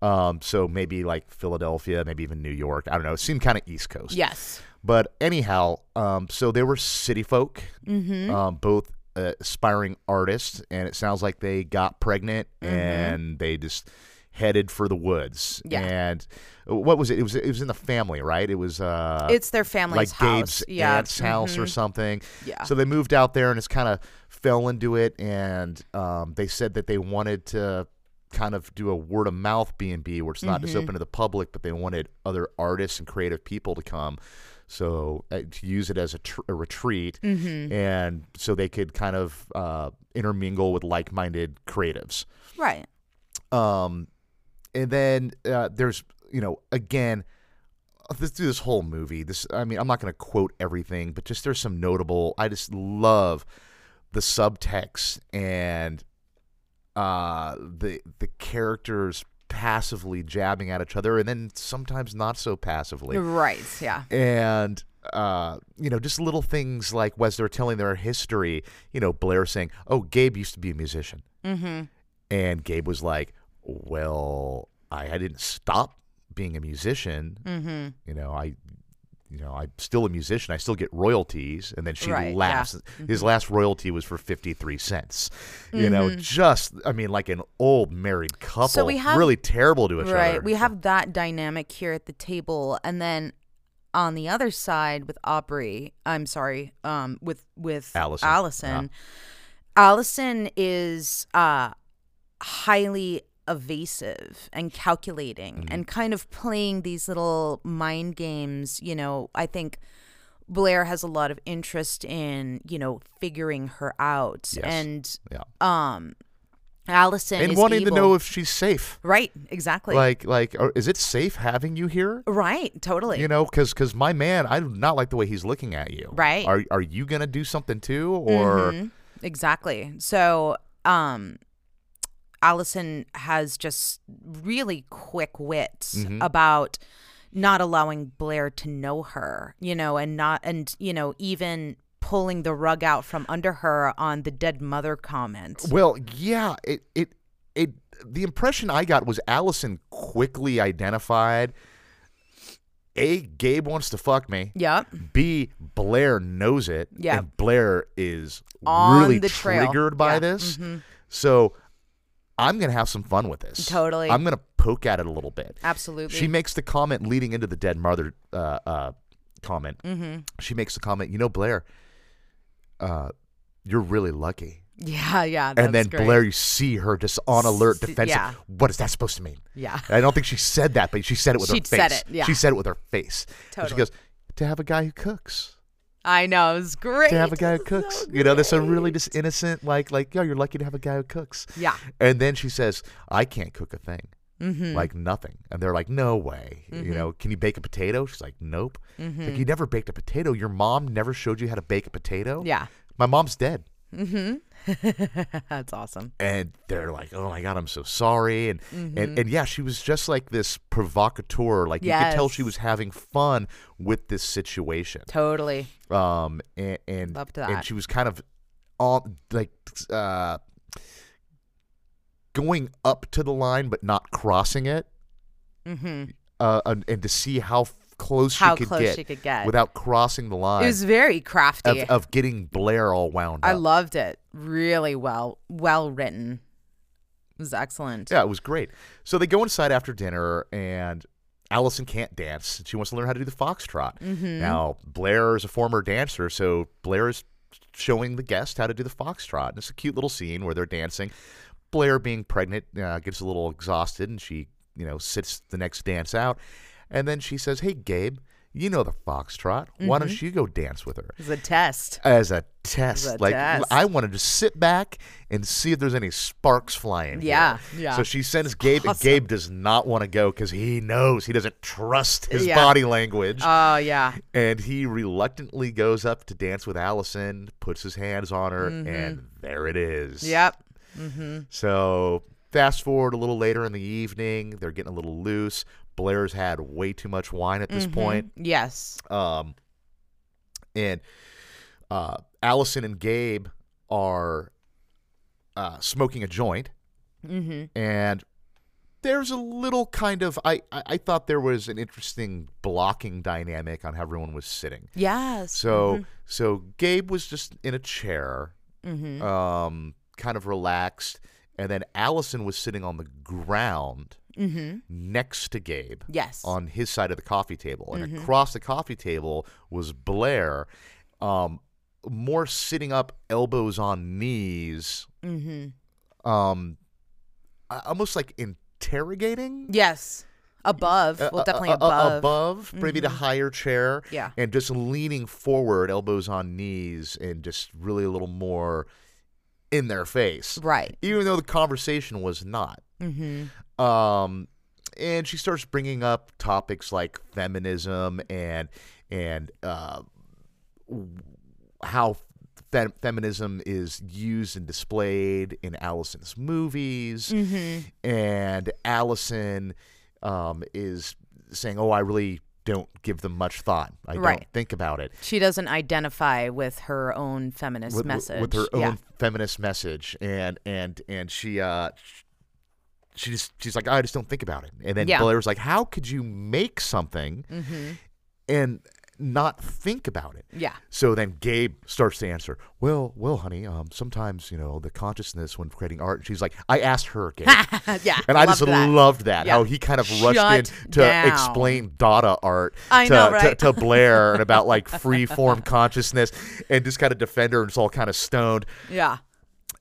[SPEAKER 1] Um, so maybe like Philadelphia, maybe even New York. I don't know. It seemed kind of East Coast.
[SPEAKER 3] Yes.
[SPEAKER 1] But anyhow, um, so they were city folk,
[SPEAKER 3] Mm-hmm.
[SPEAKER 1] um, both uh, aspiring artists, and it sounds like they got pregnant
[SPEAKER 3] Mm-hmm.
[SPEAKER 1] and they just headed for the woods.
[SPEAKER 3] Yeah.
[SPEAKER 1] And what was it? It was it was in the family, right? It was uh,
[SPEAKER 3] It's their family's
[SPEAKER 1] like
[SPEAKER 3] house.
[SPEAKER 1] Gabe's
[SPEAKER 3] yeah. Mm-hmm.
[SPEAKER 1] aunt's house or something.
[SPEAKER 3] Yeah.
[SPEAKER 1] So they moved out there and it's kind of fell into it, and um, they said that they wanted to kind of do a word of mouth B and B, where it's not just open to the public, but they wanted other artists and creative people to come. So uh, to use it as a, tr- a retreat,
[SPEAKER 3] Mm-hmm.
[SPEAKER 1] and so they could kind of uh, intermingle with like-minded creatives.
[SPEAKER 3] Right.
[SPEAKER 1] Um, and then uh, there's you know again, this through this whole movie. This I mean I'm not going to quote everything, but just there's some notable. I just love the subtext and uh the the characters passively jabbing at each other, and then sometimes not so passively
[SPEAKER 3] Right. Yeah.
[SPEAKER 1] and uh, you know, just little things like as they're telling their history, you know, Blair saying, "Oh, Gabe used to be a musician," mm-hmm. and Gabe was like, "Well, I, I didn't stop being a musician. Mm-hmm. You know, I." You know, I'm still a musician. I still get royalties, and then she
[SPEAKER 3] Right, yeah. Mm-hmm.
[SPEAKER 1] laughs. His last royalty was for fifty three cents. You know, just I mean, like an old married couple,
[SPEAKER 3] we have-
[SPEAKER 1] really terrible to each
[SPEAKER 3] right.
[SPEAKER 1] other.
[SPEAKER 3] We have that dynamic here at the table, and then on the other side with Aubrey, I'm sorry, um, with with
[SPEAKER 1] Allison.
[SPEAKER 3] Allison, Allison is uh, highly evasive and calculating
[SPEAKER 1] Mm-hmm.
[SPEAKER 3] and kind of playing these little mind games. You know, I think Blair has a lot of interest in you know figuring her out
[SPEAKER 1] Yes.
[SPEAKER 3] and
[SPEAKER 1] yeah,
[SPEAKER 3] um. Allison
[SPEAKER 1] and
[SPEAKER 3] is
[SPEAKER 1] wanting
[SPEAKER 3] evil.
[SPEAKER 1] to know if she's safe.
[SPEAKER 3] right exactly
[SPEAKER 1] like like or is it safe having you here
[SPEAKER 3] Right, totally.
[SPEAKER 1] you know because because my man i do not like the way he's looking at you
[SPEAKER 3] Right. Mm-hmm.
[SPEAKER 1] are, are you gonna do something too or
[SPEAKER 3] exactly. So, um Allison has just really quick wits
[SPEAKER 1] Mm-hmm.
[SPEAKER 3] about not allowing Blair to know her, you know, and not and you know, even pulling the rug out from under her on the dead mother comment.
[SPEAKER 1] well yeah it it it the impression i got was allison quickly identified a gabe wants to fuck me
[SPEAKER 3] Yep.
[SPEAKER 1] b blair knows it
[SPEAKER 3] Yeah.
[SPEAKER 1] and blair is
[SPEAKER 3] On
[SPEAKER 1] really
[SPEAKER 3] the trail.
[SPEAKER 1] triggered by
[SPEAKER 3] Yeah, Mm-hmm.
[SPEAKER 1] this so i'm gonna have some fun with this
[SPEAKER 3] Totally.
[SPEAKER 1] i'm gonna poke at it a little bit
[SPEAKER 3] Absolutely.
[SPEAKER 1] She makes the comment leading into the dead mother uh, uh, comment. Mm-hmm. She makes the comment, you know, Blair, uh, you're really lucky.
[SPEAKER 3] yeah, yeah.
[SPEAKER 1] And
[SPEAKER 3] that's
[SPEAKER 1] then
[SPEAKER 3] great.
[SPEAKER 1] Blair, you see her just on alert,
[SPEAKER 3] S-
[SPEAKER 1] defensive.
[SPEAKER 3] yeah.
[SPEAKER 1] What is that supposed to mean?
[SPEAKER 3] Yeah.
[SPEAKER 1] I don't think she said that, but she said it with her
[SPEAKER 3] She
[SPEAKER 1] face.
[SPEAKER 3] said it, yeah.
[SPEAKER 1] She said it with her face. And she
[SPEAKER 3] Totally.
[SPEAKER 1] goes, to have a guy who cooks.
[SPEAKER 3] I know, it was great.
[SPEAKER 1] To have a guy who cooks. you know, that's a really just innocent, like, like, yo, you're lucky to have a guy who cooks.
[SPEAKER 3] Yeah. mm-hmm,
[SPEAKER 1] And then she says, I can't cook a thing.
[SPEAKER 3] Mm.
[SPEAKER 1] Like nothing. And they're like, no way. You know, can you bake a potato? She's like, nope.
[SPEAKER 3] mm-hmm. Mm.
[SPEAKER 1] Like, you never baked a potato. Your mom never showed you how to bake a potato?
[SPEAKER 3] Yeah.
[SPEAKER 1] My mom's dead.
[SPEAKER 3] That's awesome.
[SPEAKER 1] And they're like, oh my God, I'm so sorry. And, and,
[SPEAKER 3] Mm-hmm.
[SPEAKER 1] and yeah, she was just like this provocateur. Like you could tell she
[SPEAKER 3] Yes.
[SPEAKER 1] was having fun with this situation.
[SPEAKER 3] Totally.
[SPEAKER 1] Um, and, and,
[SPEAKER 3] Loved
[SPEAKER 1] and
[SPEAKER 3] that.
[SPEAKER 1] she was kind of all like, uh, going up to the line, but not crossing it.
[SPEAKER 3] Mhm.
[SPEAKER 1] uh, and, and to see how f- close
[SPEAKER 3] How
[SPEAKER 1] she could
[SPEAKER 3] close
[SPEAKER 1] get
[SPEAKER 3] she could get.
[SPEAKER 1] without crossing the line
[SPEAKER 3] It was very crafty.
[SPEAKER 1] of, of getting Blair all wound
[SPEAKER 3] I
[SPEAKER 1] up.
[SPEAKER 3] loved it. Really well, well written. It was excellent.
[SPEAKER 1] yeah, it was great. So they go inside after dinner, and Allison can't dance. She wants to learn how to do the foxtrot. Now Blair is a former dancer, so Blair is showing the guest how to do the foxtrot. And it's a cute little scene where they're dancing. Blair, being pregnant, uh, gets a little exhausted, and she, you know, sits the next dance out, and then she says, "Hey, Gabe." You know the foxtrot. Why don't you go dance with her?
[SPEAKER 3] It was a test.
[SPEAKER 1] as a test.
[SPEAKER 3] As a
[SPEAKER 1] like
[SPEAKER 3] test.
[SPEAKER 1] I wanted to sit back and see if there's any sparks flying. here.
[SPEAKER 3] Yeah, yeah.
[SPEAKER 1] So she sends Gabe, and
[SPEAKER 3] awesome.
[SPEAKER 1] Gabe does not want to go because he knows he doesn't trust his
[SPEAKER 3] Yeah.
[SPEAKER 1] body language,
[SPEAKER 3] Oh yeah.
[SPEAKER 1] and he reluctantly goes up to dance with Allison, puts his hands on her,
[SPEAKER 3] Mm-hmm.
[SPEAKER 1] and there it is.
[SPEAKER 3] Yep.
[SPEAKER 1] So fast forward a little later in the evening, they're getting a little loose. Blair's had way too much wine at this
[SPEAKER 3] Mm-hmm.
[SPEAKER 1] point.
[SPEAKER 3] Yes.
[SPEAKER 1] Um, and uh, Allison and Gabe are uh, smoking a joint,
[SPEAKER 3] Mm-hmm.
[SPEAKER 1] and there's a little kind of I, I I thought there was an interesting blocking dynamic on how everyone was sitting.
[SPEAKER 3] Yes.
[SPEAKER 1] So so Gabe was just in a chair,
[SPEAKER 3] Mm-hmm.
[SPEAKER 1] um, kind of relaxed, and then Allison was sitting on the ground next to Gabe.
[SPEAKER 3] Mm-hmm. Yes.
[SPEAKER 1] on his side of the coffee table, and
[SPEAKER 3] Mm-hmm.
[SPEAKER 1] across the coffee table was Blair, um, more sitting up, elbows on knees,
[SPEAKER 3] Mm-hmm.
[SPEAKER 1] um, a- almost like interrogating
[SPEAKER 3] yes. Above. well, definitely
[SPEAKER 1] uh, uh,
[SPEAKER 3] above. Mm-hmm.
[SPEAKER 1] above, maybe the higher chair.
[SPEAKER 3] Yeah.
[SPEAKER 1] And just leaning forward, elbows on knees, and just really a little more in their face.
[SPEAKER 3] Right.
[SPEAKER 1] Even though the conversation was not. Mm-hmm. Um, and she starts bringing up topics like feminism and and uh, how fem- feminism is used and displayed in Allison's movies,
[SPEAKER 3] Mm-hmm.
[SPEAKER 1] and Allison um, is saying, "Oh, I really don't give them much thought. I
[SPEAKER 3] Right.
[SPEAKER 1] don't think about it."
[SPEAKER 3] She doesn't identify with her own feminist
[SPEAKER 1] With,
[SPEAKER 3] message.
[SPEAKER 1] with- with her own
[SPEAKER 3] Yeah.
[SPEAKER 1] feminist message, and and and she uh, sh- she just she's like, I just don't think about it. And then
[SPEAKER 3] Yeah.
[SPEAKER 1] Blair's like, How could you make something and not think about it?
[SPEAKER 3] Mm-hmm. Yeah.
[SPEAKER 1] So then Gabe starts to answer, "Well, well, honey, um, sometimes you know the consciousness when creating art." And she's like, "I asked her, Gabe,"
[SPEAKER 3] yeah.
[SPEAKER 1] and I just
[SPEAKER 3] loved that.
[SPEAKER 1] loved that
[SPEAKER 3] Yeah.
[SPEAKER 1] how he kind of rushed
[SPEAKER 3] Shut
[SPEAKER 1] in to
[SPEAKER 3] down.
[SPEAKER 1] explain Dada art
[SPEAKER 3] I
[SPEAKER 1] to,
[SPEAKER 3] know,
[SPEAKER 1] to-
[SPEAKER 3] right?
[SPEAKER 1] to, Blair and about like free form consciousness and just kind of defend her and it's all kind of stoned
[SPEAKER 3] Yeah.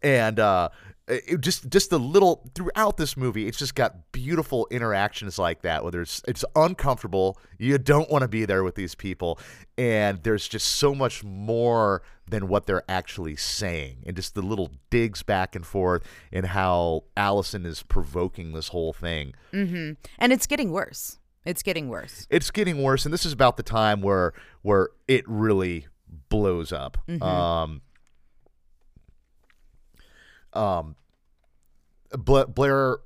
[SPEAKER 1] and uh, it just just the little throughout this movie, it's just got beautiful interactions like that. Where there's it's uncomfortable, you don't want to be there with these people, and there's just so much more than what they're actually saying, and just the little digs back and forth, and how Allison is provoking this whole thing.
[SPEAKER 3] Mm-hmm. And it's getting worse. It's getting worse.
[SPEAKER 1] It's getting worse, and this is about the time where where it really blows up. Um, um, Bla- Blair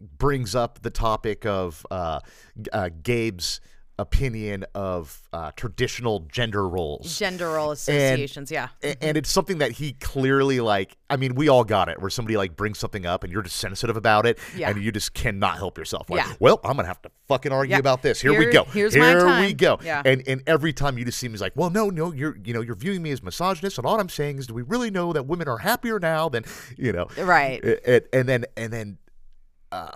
[SPEAKER 1] brings up the topic of uh, G- uh, Gabe's opinion of uh, traditional gender roles.
[SPEAKER 3] Gender role associations. yeah.
[SPEAKER 1] A- and it's something that he clearly like i mean we all got it where somebody like brings something up and you're just sensitive about it
[SPEAKER 3] Yeah.
[SPEAKER 1] and you just cannot help yourself like
[SPEAKER 3] Yeah.
[SPEAKER 1] well i'm gonna have to fucking argue
[SPEAKER 3] Yeah.
[SPEAKER 1] about this here, we
[SPEAKER 3] Here-
[SPEAKER 1] go
[SPEAKER 3] here's
[SPEAKER 1] here
[SPEAKER 3] my
[SPEAKER 1] we
[SPEAKER 3] time."
[SPEAKER 1] go
[SPEAKER 3] Yeah.
[SPEAKER 1] and and every time you just see me he's like well no no you're you know you're viewing me as misogynist and all i'm saying is do we really know that women are happier now than you know
[SPEAKER 3] Right.
[SPEAKER 1] A- and, and then and then uh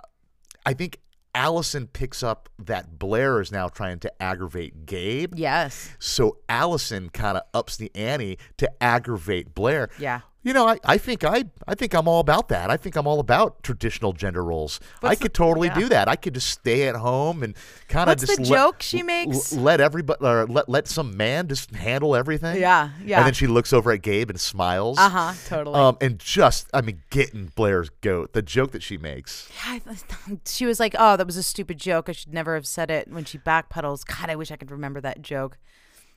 [SPEAKER 1] i think allison picks up that blair is now trying to aggravate gabe
[SPEAKER 3] Yes.
[SPEAKER 1] so Allison kind of ups the ante to aggravate Blair.
[SPEAKER 3] Yeah.
[SPEAKER 1] You know, I, I think I I think I'm all about that. I think I'm all about traditional gender roles. I
[SPEAKER 3] What's
[SPEAKER 1] could totally
[SPEAKER 3] yeah.
[SPEAKER 1] do that. I could just stay at home and kind of
[SPEAKER 3] What's
[SPEAKER 1] just
[SPEAKER 3] the
[SPEAKER 1] let-
[SPEAKER 3] joke she makes?
[SPEAKER 1] l- let everybody or let let some man just handle everything.
[SPEAKER 3] Yeah, yeah.
[SPEAKER 1] And then she looks over at Gabe and smiles.
[SPEAKER 3] Uh huh. Totally.
[SPEAKER 1] Um, and just I mean, getting Blair's goat. The joke that she makes.
[SPEAKER 3] I th- she was like, "Oh, that was a stupid joke. I should never have said it." When she backpedals, God, I wish I could remember that joke.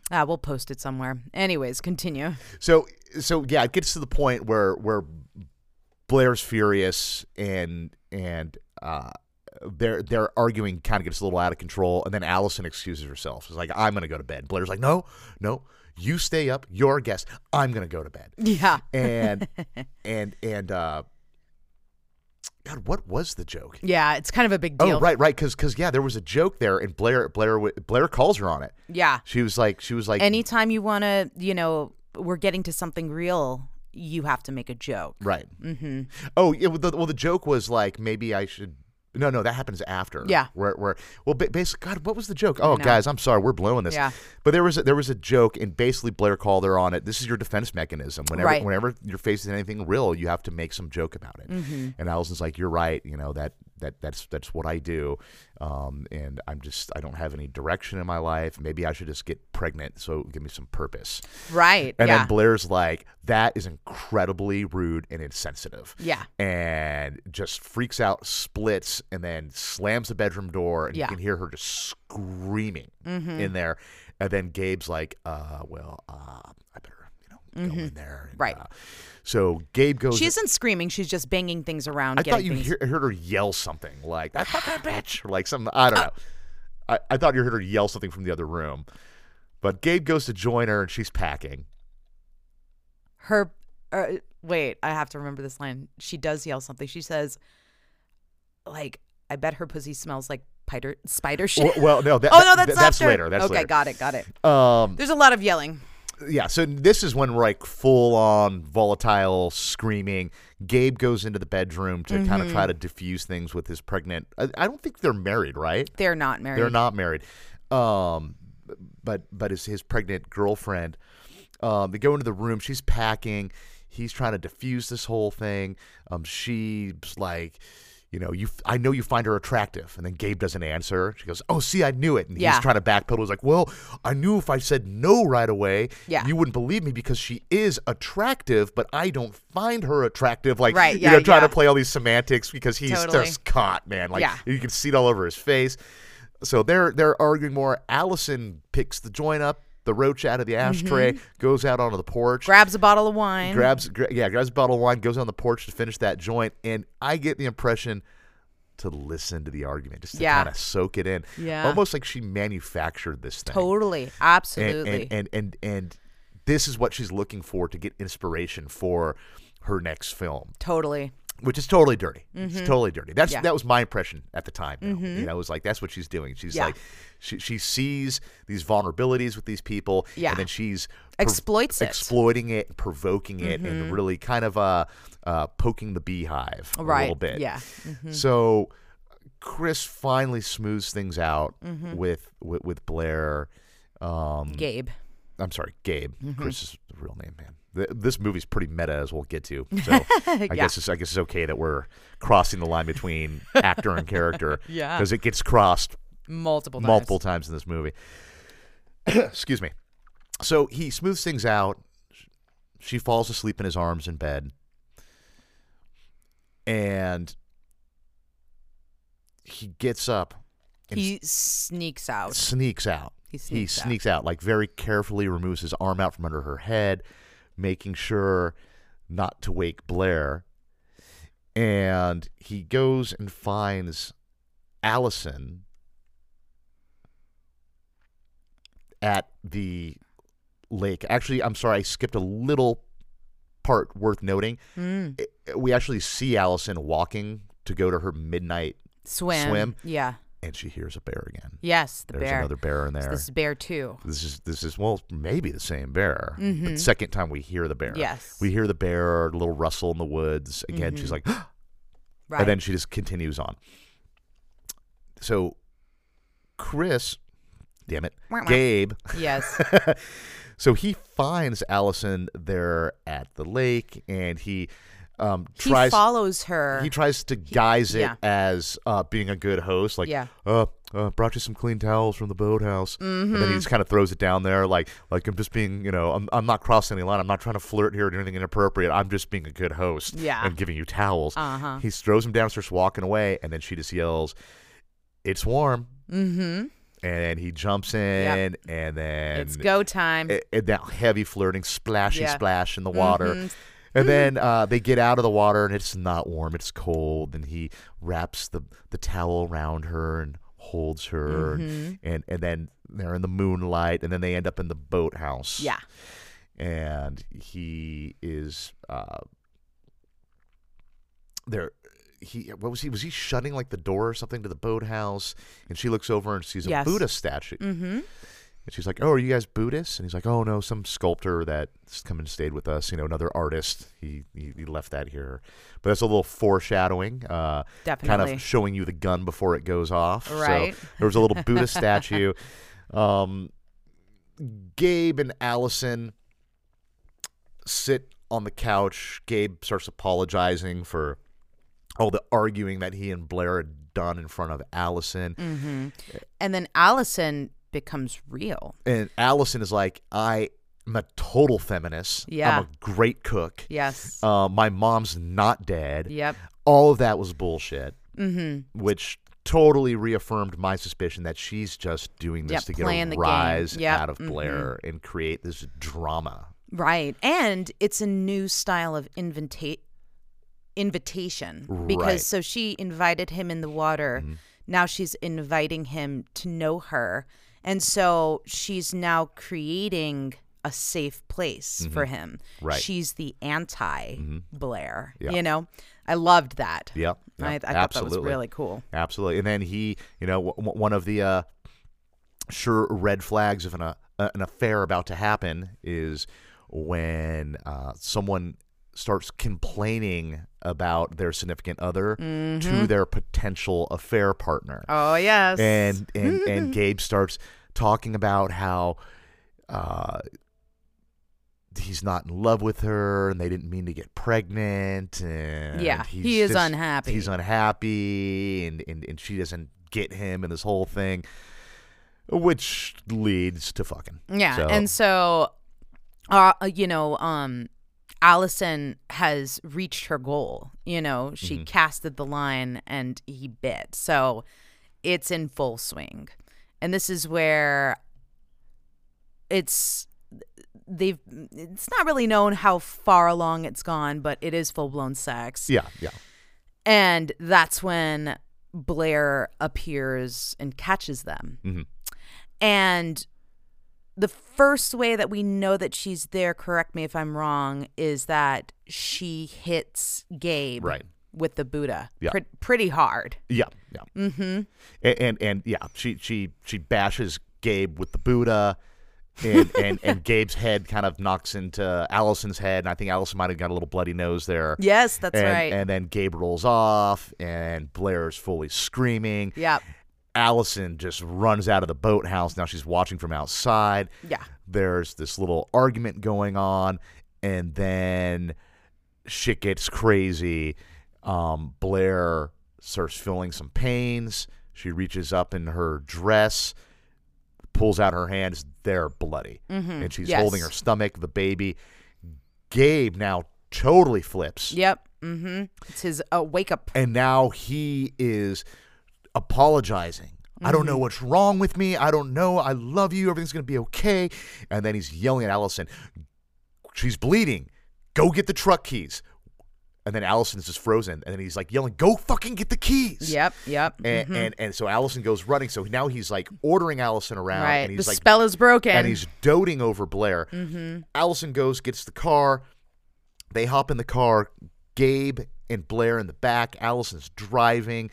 [SPEAKER 3] Ah, we'll post it somewhere. Anyways, continue.
[SPEAKER 1] So so yeah, it gets to the point where where Blair's furious and and uh they're they're arguing kind of gets a little out of control and then Allison excuses herself. She's like, I'm gonna go to bed. Blair's like, No, no, you stay up, you're a guest. I'm gonna go to bed.
[SPEAKER 3] Yeah.
[SPEAKER 1] And and and uh God, what was the joke?
[SPEAKER 3] Yeah, it's kind of a big deal.
[SPEAKER 1] Oh, right, right, because because yeah, there was a joke there, and Blair Blair w- Blair calls her on it.
[SPEAKER 3] Yeah.
[SPEAKER 1] She was like, she was like,
[SPEAKER 3] Anytime you want to, you know, we're getting to something real, you have to make a joke.
[SPEAKER 1] Right. Mm-hmm. Oh, yeah. Well the, well, the joke was like maybe I should. No, no, that happens after.
[SPEAKER 3] Yeah.
[SPEAKER 1] Where, where? Well, ba- basically, God, what was the joke? Oh,
[SPEAKER 3] know.
[SPEAKER 1] guys, I'm sorry, we're blowing this.
[SPEAKER 3] Yeah.
[SPEAKER 1] But there was a, there was a joke, and basically Blair called her on it. This is your defense mechanism. Whenever
[SPEAKER 3] Right.
[SPEAKER 1] whenever you're facing anything real, you have to make some joke about it.
[SPEAKER 3] Mm-hmm.
[SPEAKER 1] And Allison's like, you're right. You know that that that's that's what I do. Um, and I'm just I don't have any direction in my life. Maybe I should just get pregnant. So give me some purpose.
[SPEAKER 3] Right.
[SPEAKER 1] And
[SPEAKER 3] yeah.
[SPEAKER 1] then Blair's like, that is incredibly rude and insensitive.
[SPEAKER 3] Yeah.
[SPEAKER 1] And just freaks out, splits, and then slams the bedroom door. And
[SPEAKER 3] Yeah. Mm-hmm.
[SPEAKER 1] you can hear her just screaming in there. And then Gabe's like, uh, well, uh, I better, you know, go in there. and,
[SPEAKER 3] Mm-hmm. Right.
[SPEAKER 1] uh, so Gabe goes.
[SPEAKER 3] she isn't screaming. She's just banging things around.
[SPEAKER 1] I thought
[SPEAKER 3] getting
[SPEAKER 1] you
[SPEAKER 3] things-
[SPEAKER 1] hear, heard her yell something like, that fucking bitch, or like something.
[SPEAKER 3] Uh.
[SPEAKER 1] I don't know. I, I thought you heard her yell something from the other room. But Gabe goes to join her, and she's packing.
[SPEAKER 3] her. Uh, wait, I have to remember this line. She does yell something. She says, like I bet her pussy smells like spider spider
[SPEAKER 1] Well,
[SPEAKER 3] shit.
[SPEAKER 1] well, no, that,
[SPEAKER 3] oh no,
[SPEAKER 1] that-
[SPEAKER 3] that's
[SPEAKER 1] that's
[SPEAKER 3] after.
[SPEAKER 1] later. That's
[SPEAKER 3] okay,
[SPEAKER 1] later.
[SPEAKER 3] got it, got it.
[SPEAKER 1] Um,
[SPEAKER 3] There's a lot of yelling.
[SPEAKER 1] yeah, so this is when we're like full on volatile screaming. Gabe goes into the bedroom to kind of
[SPEAKER 3] Mm-hmm.
[SPEAKER 1] try to diffuse things with his pregnant. I, I don't think they're married, right?
[SPEAKER 3] They're not married.
[SPEAKER 1] They're not married. Um, but but his his pregnant girlfriend. Um, they go into the room. She's packing. He's trying to diffuse this whole thing. Um, she's like, you know, you. f- I know you find her attractive. And then Gabe doesn't answer. She goes, "Oh, see, I knew it." And
[SPEAKER 3] Yeah.
[SPEAKER 1] he's trying to backpedal. He's like, "Well, I knew if I said no right away,
[SPEAKER 3] Yeah.
[SPEAKER 1] you wouldn't believe me because she is attractive, but I don't find her attractive." Like,
[SPEAKER 3] Right,
[SPEAKER 1] you
[SPEAKER 3] yeah,
[SPEAKER 1] know, trying
[SPEAKER 3] yeah.
[SPEAKER 1] to play all these semantics because he's
[SPEAKER 3] Totally.
[SPEAKER 1] just caught, man. Like
[SPEAKER 3] Yeah.
[SPEAKER 1] you can see it all over his face. So they're they're arguing more. Allison picks the joint up, the roach out of the ashtray, goes out onto the porch,
[SPEAKER 3] Mm-hmm. Grabs a bottle of wine.
[SPEAKER 1] grabs gra- yeah grabs a bottle of wine, goes on the porch to finish that joint. And I get the impression to listen to the argument, just to
[SPEAKER 3] Yeah.
[SPEAKER 1] kind of soak it in,
[SPEAKER 3] Yeah.
[SPEAKER 1] almost like she manufactured this thing.
[SPEAKER 3] totally,
[SPEAKER 1] And-
[SPEAKER 3] absolutely.
[SPEAKER 1] and, and and and this is what she's looking for to get inspiration for her next film
[SPEAKER 3] totally.
[SPEAKER 1] which is totally dirty. It's totally dirty. That's
[SPEAKER 3] Mm-hmm. Yeah. Mm-hmm.
[SPEAKER 1] that was my impression at the time. though. You know, it was like that's what she's doing. She's
[SPEAKER 3] Yeah.
[SPEAKER 1] like, she she sees these vulnerabilities with these people,
[SPEAKER 3] Yeah.
[SPEAKER 1] and then she's
[SPEAKER 3] Exploits it.
[SPEAKER 1] exploiting it, provoking it,
[SPEAKER 3] Mm-hmm.
[SPEAKER 1] and really kind of uh, uh poking the beehive a
[SPEAKER 3] Right,
[SPEAKER 1] little bit.
[SPEAKER 3] yeah.
[SPEAKER 1] So Chris finally smooths things out
[SPEAKER 3] Mm-hmm.
[SPEAKER 1] with, with with Blair. Um,
[SPEAKER 3] Gabe.
[SPEAKER 1] I'm sorry, Gabe.
[SPEAKER 3] Mm-hmm.
[SPEAKER 1] Chris is the real name, man. Th- This movie's pretty meta, as we'll get to. So I guess it's, I guess it's okay that we're crossing the line between actor and character.
[SPEAKER 3] Yeah.
[SPEAKER 1] because it gets crossed
[SPEAKER 3] Multiple times.
[SPEAKER 1] multiple times in this movie. Excuse me. So he smooths things out. She falls asleep in his arms in bed, and he gets up and
[SPEAKER 3] He sneaks out.
[SPEAKER 1] sneaks out.
[SPEAKER 3] He
[SPEAKER 1] he
[SPEAKER 3] sneaks out.
[SPEAKER 1] sneaks out. like very carefully removes his arm out from under her head, making sure not to wake Blair. And he goes and finds Allison at the lake. Actually, I'm sorry, I skipped a little part worth noting.
[SPEAKER 3] Mm.
[SPEAKER 1] I- We actually see Allison walking to go to her midnight,
[SPEAKER 3] Swim.
[SPEAKER 1] Swim.
[SPEAKER 3] Yeah.
[SPEAKER 1] and she hears a bear again.
[SPEAKER 3] Yes, the
[SPEAKER 1] There's
[SPEAKER 3] bear.
[SPEAKER 1] another bear in
[SPEAKER 3] It's
[SPEAKER 1] there.
[SPEAKER 3] This bear too.
[SPEAKER 1] This is this is well maybe the same bear. But
[SPEAKER 3] Mhm.
[SPEAKER 1] second time we hear the bear.
[SPEAKER 3] Yes.
[SPEAKER 1] We hear the bear, little rustle in the woods. Again, she's like
[SPEAKER 3] Mm-hmm. Right.
[SPEAKER 1] and then she just continues on. So Chris damn it.
[SPEAKER 3] Wah, wah.
[SPEAKER 1] Gabe.
[SPEAKER 3] yes.
[SPEAKER 1] So he finds Allison there at the lake and he um
[SPEAKER 3] he
[SPEAKER 1] tries
[SPEAKER 3] follows her.
[SPEAKER 1] he tries to guise it
[SPEAKER 3] yeah.
[SPEAKER 1] as uh, being a good host, like,
[SPEAKER 3] Yeah.
[SPEAKER 1] uh, uh, brought you some clean towels from the boathouse, and
[SPEAKER 3] Mm-hmm.
[SPEAKER 1] then he just kind of throws it down there, like, like I'm just being, you know, I'm, I'm not crossing any line, I'm not trying to flirt here or do anything inappropriate, I'm just being a good host,
[SPEAKER 3] Yeah.
[SPEAKER 1] and giving you towels.
[SPEAKER 3] Uh-huh.
[SPEAKER 1] He throws him down, starts walking away, and then she just yells, "It's warm,"
[SPEAKER 3] mm-hmm.
[SPEAKER 1] and he jumps in, and then
[SPEAKER 3] It's go time.
[SPEAKER 1] a- and that heavy flirting, splashy
[SPEAKER 3] Yeah.
[SPEAKER 1] splash in the water.
[SPEAKER 3] Mhm.
[SPEAKER 1] And then uh, they get out of the water, and it's not warm; it's cold. And he wraps the the towel around her and holds her,
[SPEAKER 3] Mm-hmm.
[SPEAKER 1] and, and and then they're in the moonlight, and then they end up in the boathouse.
[SPEAKER 3] yeah.
[SPEAKER 1] and he is uh, there. He what was he? Was he shutting like the door or something to the boathouse? And she looks over and sees a
[SPEAKER 3] Yes.
[SPEAKER 1] Buddha statue.
[SPEAKER 3] Mm-hmm.
[SPEAKER 1] And she's like, "Oh, are you guys Buddhists?" And he's like, "Oh no, some sculptor that's come and stayed with us. You know, another artist. He he, he left that here." But that's a little foreshadowing, uh, kind
[SPEAKER 3] Definitely.
[SPEAKER 1] of showing you the gun before it goes off.
[SPEAKER 3] Right.
[SPEAKER 1] So there was a little Buddha statue. Um, Gabe and Allison sit on the couch. Gabe starts apologizing for all the arguing that he and Blair had done in front of Allison.
[SPEAKER 3] And then Allison becomes real.
[SPEAKER 1] and Allison is like, I am a total feminist.
[SPEAKER 3] Yeah.
[SPEAKER 1] I'm a great cook.
[SPEAKER 3] Yes.
[SPEAKER 1] Uh, my mom's not dead.
[SPEAKER 3] yep.
[SPEAKER 1] All of that was bullshit,
[SPEAKER 3] Mm-hmm.
[SPEAKER 1] which totally reaffirmed my suspicion that she's just doing this
[SPEAKER 3] Yep,
[SPEAKER 1] to get
[SPEAKER 3] playing
[SPEAKER 1] a
[SPEAKER 3] the game.
[SPEAKER 1] rise
[SPEAKER 3] Yep, mm-hmm.
[SPEAKER 1] out of Blair and create this drama.
[SPEAKER 3] Right. And it's a new style of invita- invitation because
[SPEAKER 1] Right. Mm-hmm.
[SPEAKER 3] so she invited him in the water. Now she's inviting him to know her. And so she's now creating a safe place for him.
[SPEAKER 1] Mm-hmm. Right. Mm-hmm.
[SPEAKER 3] She's the anti Blair.
[SPEAKER 1] Yeah.
[SPEAKER 3] You know, I loved that.
[SPEAKER 1] Yeah, yeah,
[SPEAKER 3] I, I thought that was
[SPEAKER 1] absolutely.
[SPEAKER 3] really cool.
[SPEAKER 1] Absolutely. And then he, you know, w- w- one of the uh, sure red flags of an, uh, an affair about to happen is when uh, someone starts complaining about their significant other to their potential affair partner.
[SPEAKER 3] Mm-hmm. Oh yes.
[SPEAKER 1] And and, and Gabe starts talking about how uh, he's not in love with her and they didn't mean to get pregnant and
[SPEAKER 3] Yeah,
[SPEAKER 1] he's
[SPEAKER 3] he is
[SPEAKER 1] just-
[SPEAKER 3] unhappy.
[SPEAKER 1] He's unhappy and, and, and she doesn't get him and this whole thing. Which leads to fucking.
[SPEAKER 3] Yeah,
[SPEAKER 1] So-
[SPEAKER 3] and so, uh, you know, um, Allison has reached her goal. You know, she casted the line and he bit. So it's in full swing, and this is where it's they've it's not really known how far along it's gone, but it is full blown sex.
[SPEAKER 1] Yeah, yeah.
[SPEAKER 3] And that's when Blair appears and catches them.
[SPEAKER 1] Mhm.
[SPEAKER 3] And the first way that we know that she's there, correct me if I'm wrong, is that she hits Gabe
[SPEAKER 1] Right.
[SPEAKER 3] with the Buddha
[SPEAKER 1] Yeah.
[SPEAKER 3] pre- pretty hard.
[SPEAKER 1] Yeah, yeah. Mm-hmm. And, and and yeah, she she she bashes Gabe with the Buddha, and and, and Gabe's head kind of knocks into Allison's head, and I think Allison might have got a little bloody nose there.
[SPEAKER 3] Yes, that's
[SPEAKER 1] and,
[SPEAKER 3] right.
[SPEAKER 1] And then Gabe rolls off, and Blair's fully screaming.
[SPEAKER 3] yep.
[SPEAKER 1] Allison just runs out of the boathouse. Now she's watching from outside.
[SPEAKER 3] Yeah.
[SPEAKER 1] There's this little argument going on, and then shit gets crazy. Um, Blair starts feeling some pains. She reaches up in her dress, pulls out her hands. They're bloody. And she's
[SPEAKER 3] Yes.
[SPEAKER 1] holding her stomach, the baby. Gabe now totally flips.
[SPEAKER 3] Yep. Mm-hmm. It's his uh, wake up.
[SPEAKER 1] And now he is apologizing. I don't
[SPEAKER 3] Mm-hmm.
[SPEAKER 1] know what's wrong with me. I don't know. I love you. Everything's going to be okay. And then he's yelling at Allison, She's bleeding. Go get the truck keys. And then Allison's just frozen. And then he's like yelling, Go fucking get the keys.
[SPEAKER 3] Yep. Yep.
[SPEAKER 1] And, and, and so Allison goes running. So now he's like ordering Allison around.
[SPEAKER 3] right.
[SPEAKER 1] And
[SPEAKER 3] The
[SPEAKER 1] he's like,
[SPEAKER 3] spell is broken.
[SPEAKER 1] and he's doting over Blair.
[SPEAKER 3] Mm-hmm.
[SPEAKER 1] Allison goes, gets the car. They hop in the car. Gabe and Blair in the back. Allison's driving.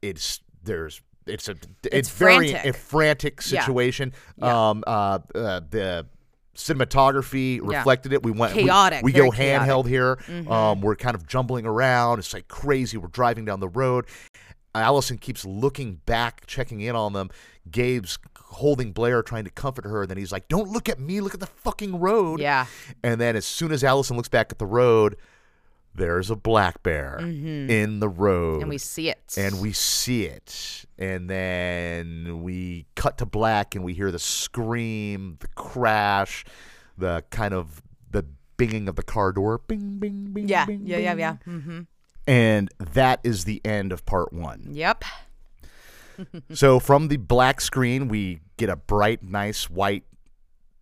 [SPEAKER 1] It's there's it's a it's, very
[SPEAKER 3] frantic.
[SPEAKER 1] a frantic
[SPEAKER 3] Yeah.
[SPEAKER 1] situation.
[SPEAKER 3] Yeah.
[SPEAKER 1] Um uh, uh the cinematography reflected it. We went we-
[SPEAKER 3] Chaotic, Mm-hmm.
[SPEAKER 1] We,
[SPEAKER 3] very
[SPEAKER 1] go handheld here. Um, we're kind of jumbling around. It's like crazy. We're driving down the road. Allison keeps looking back, checking in on them. Gabe's holding Blair, trying to comfort her. Then he's like, "Don't look at me. Look at the fucking road."
[SPEAKER 3] yeah.
[SPEAKER 1] And then as soon as Allison looks back at the road, there's a black bear in the road.
[SPEAKER 3] Mm-hmm. And we see it.
[SPEAKER 1] And we see it. And then we cut to black and we hear the scream, the crash, the kind of the binging of the car door. Bing, bing, bing.
[SPEAKER 3] Yeah.
[SPEAKER 1] bing,
[SPEAKER 3] Yeah. Yeah.
[SPEAKER 1] bing.
[SPEAKER 3] Yeah. Mm-hmm.
[SPEAKER 1] And that is the end of part one.
[SPEAKER 3] Yep.
[SPEAKER 1] so from the black screen, we get a bright, nice white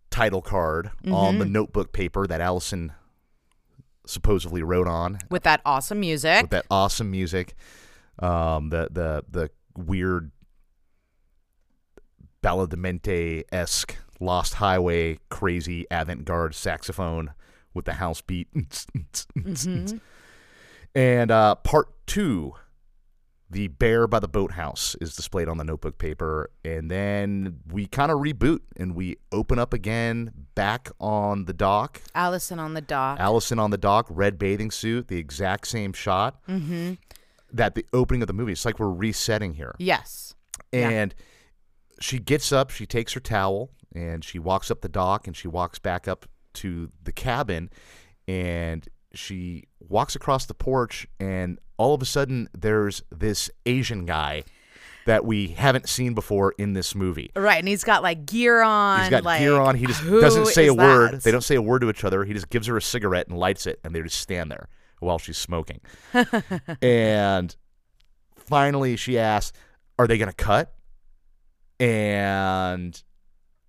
[SPEAKER 1] title card on the notebook paper that Allison supposedly wrote on
[SPEAKER 3] With that awesome music.
[SPEAKER 1] with that awesome music, um, the the the weird balladimente esque Lost Highway crazy avant garde saxophone with the house beat, and uh, part two. The bear by the boathouse is displayed on the notebook paper, and then we kind of reboot and we open up again back on the dock.
[SPEAKER 3] Allison on the dock.
[SPEAKER 1] Allison on the dock, red bathing suit, the exact same shot
[SPEAKER 3] Mm-hmm.
[SPEAKER 1] that the opening of the movie. It's like we're resetting here.
[SPEAKER 3] yes. Yeah.
[SPEAKER 1] And she gets up, she takes her towel, and she walks up the dock and she walks back up to the cabin and she walks across the porch and all of a sudden there's this Asian guy that we haven't seen before in this movie.
[SPEAKER 3] Right, and he's got like gear on.
[SPEAKER 1] He's got
[SPEAKER 3] like,
[SPEAKER 1] gear on. He just
[SPEAKER 3] who
[SPEAKER 1] doesn't say a
[SPEAKER 3] is
[SPEAKER 1] word.
[SPEAKER 3] that?
[SPEAKER 1] They don't say a word to each other. He just gives her a cigarette and lights it, and they just stand there while she's smoking. and finally, she asks, "Are they going to cut?" And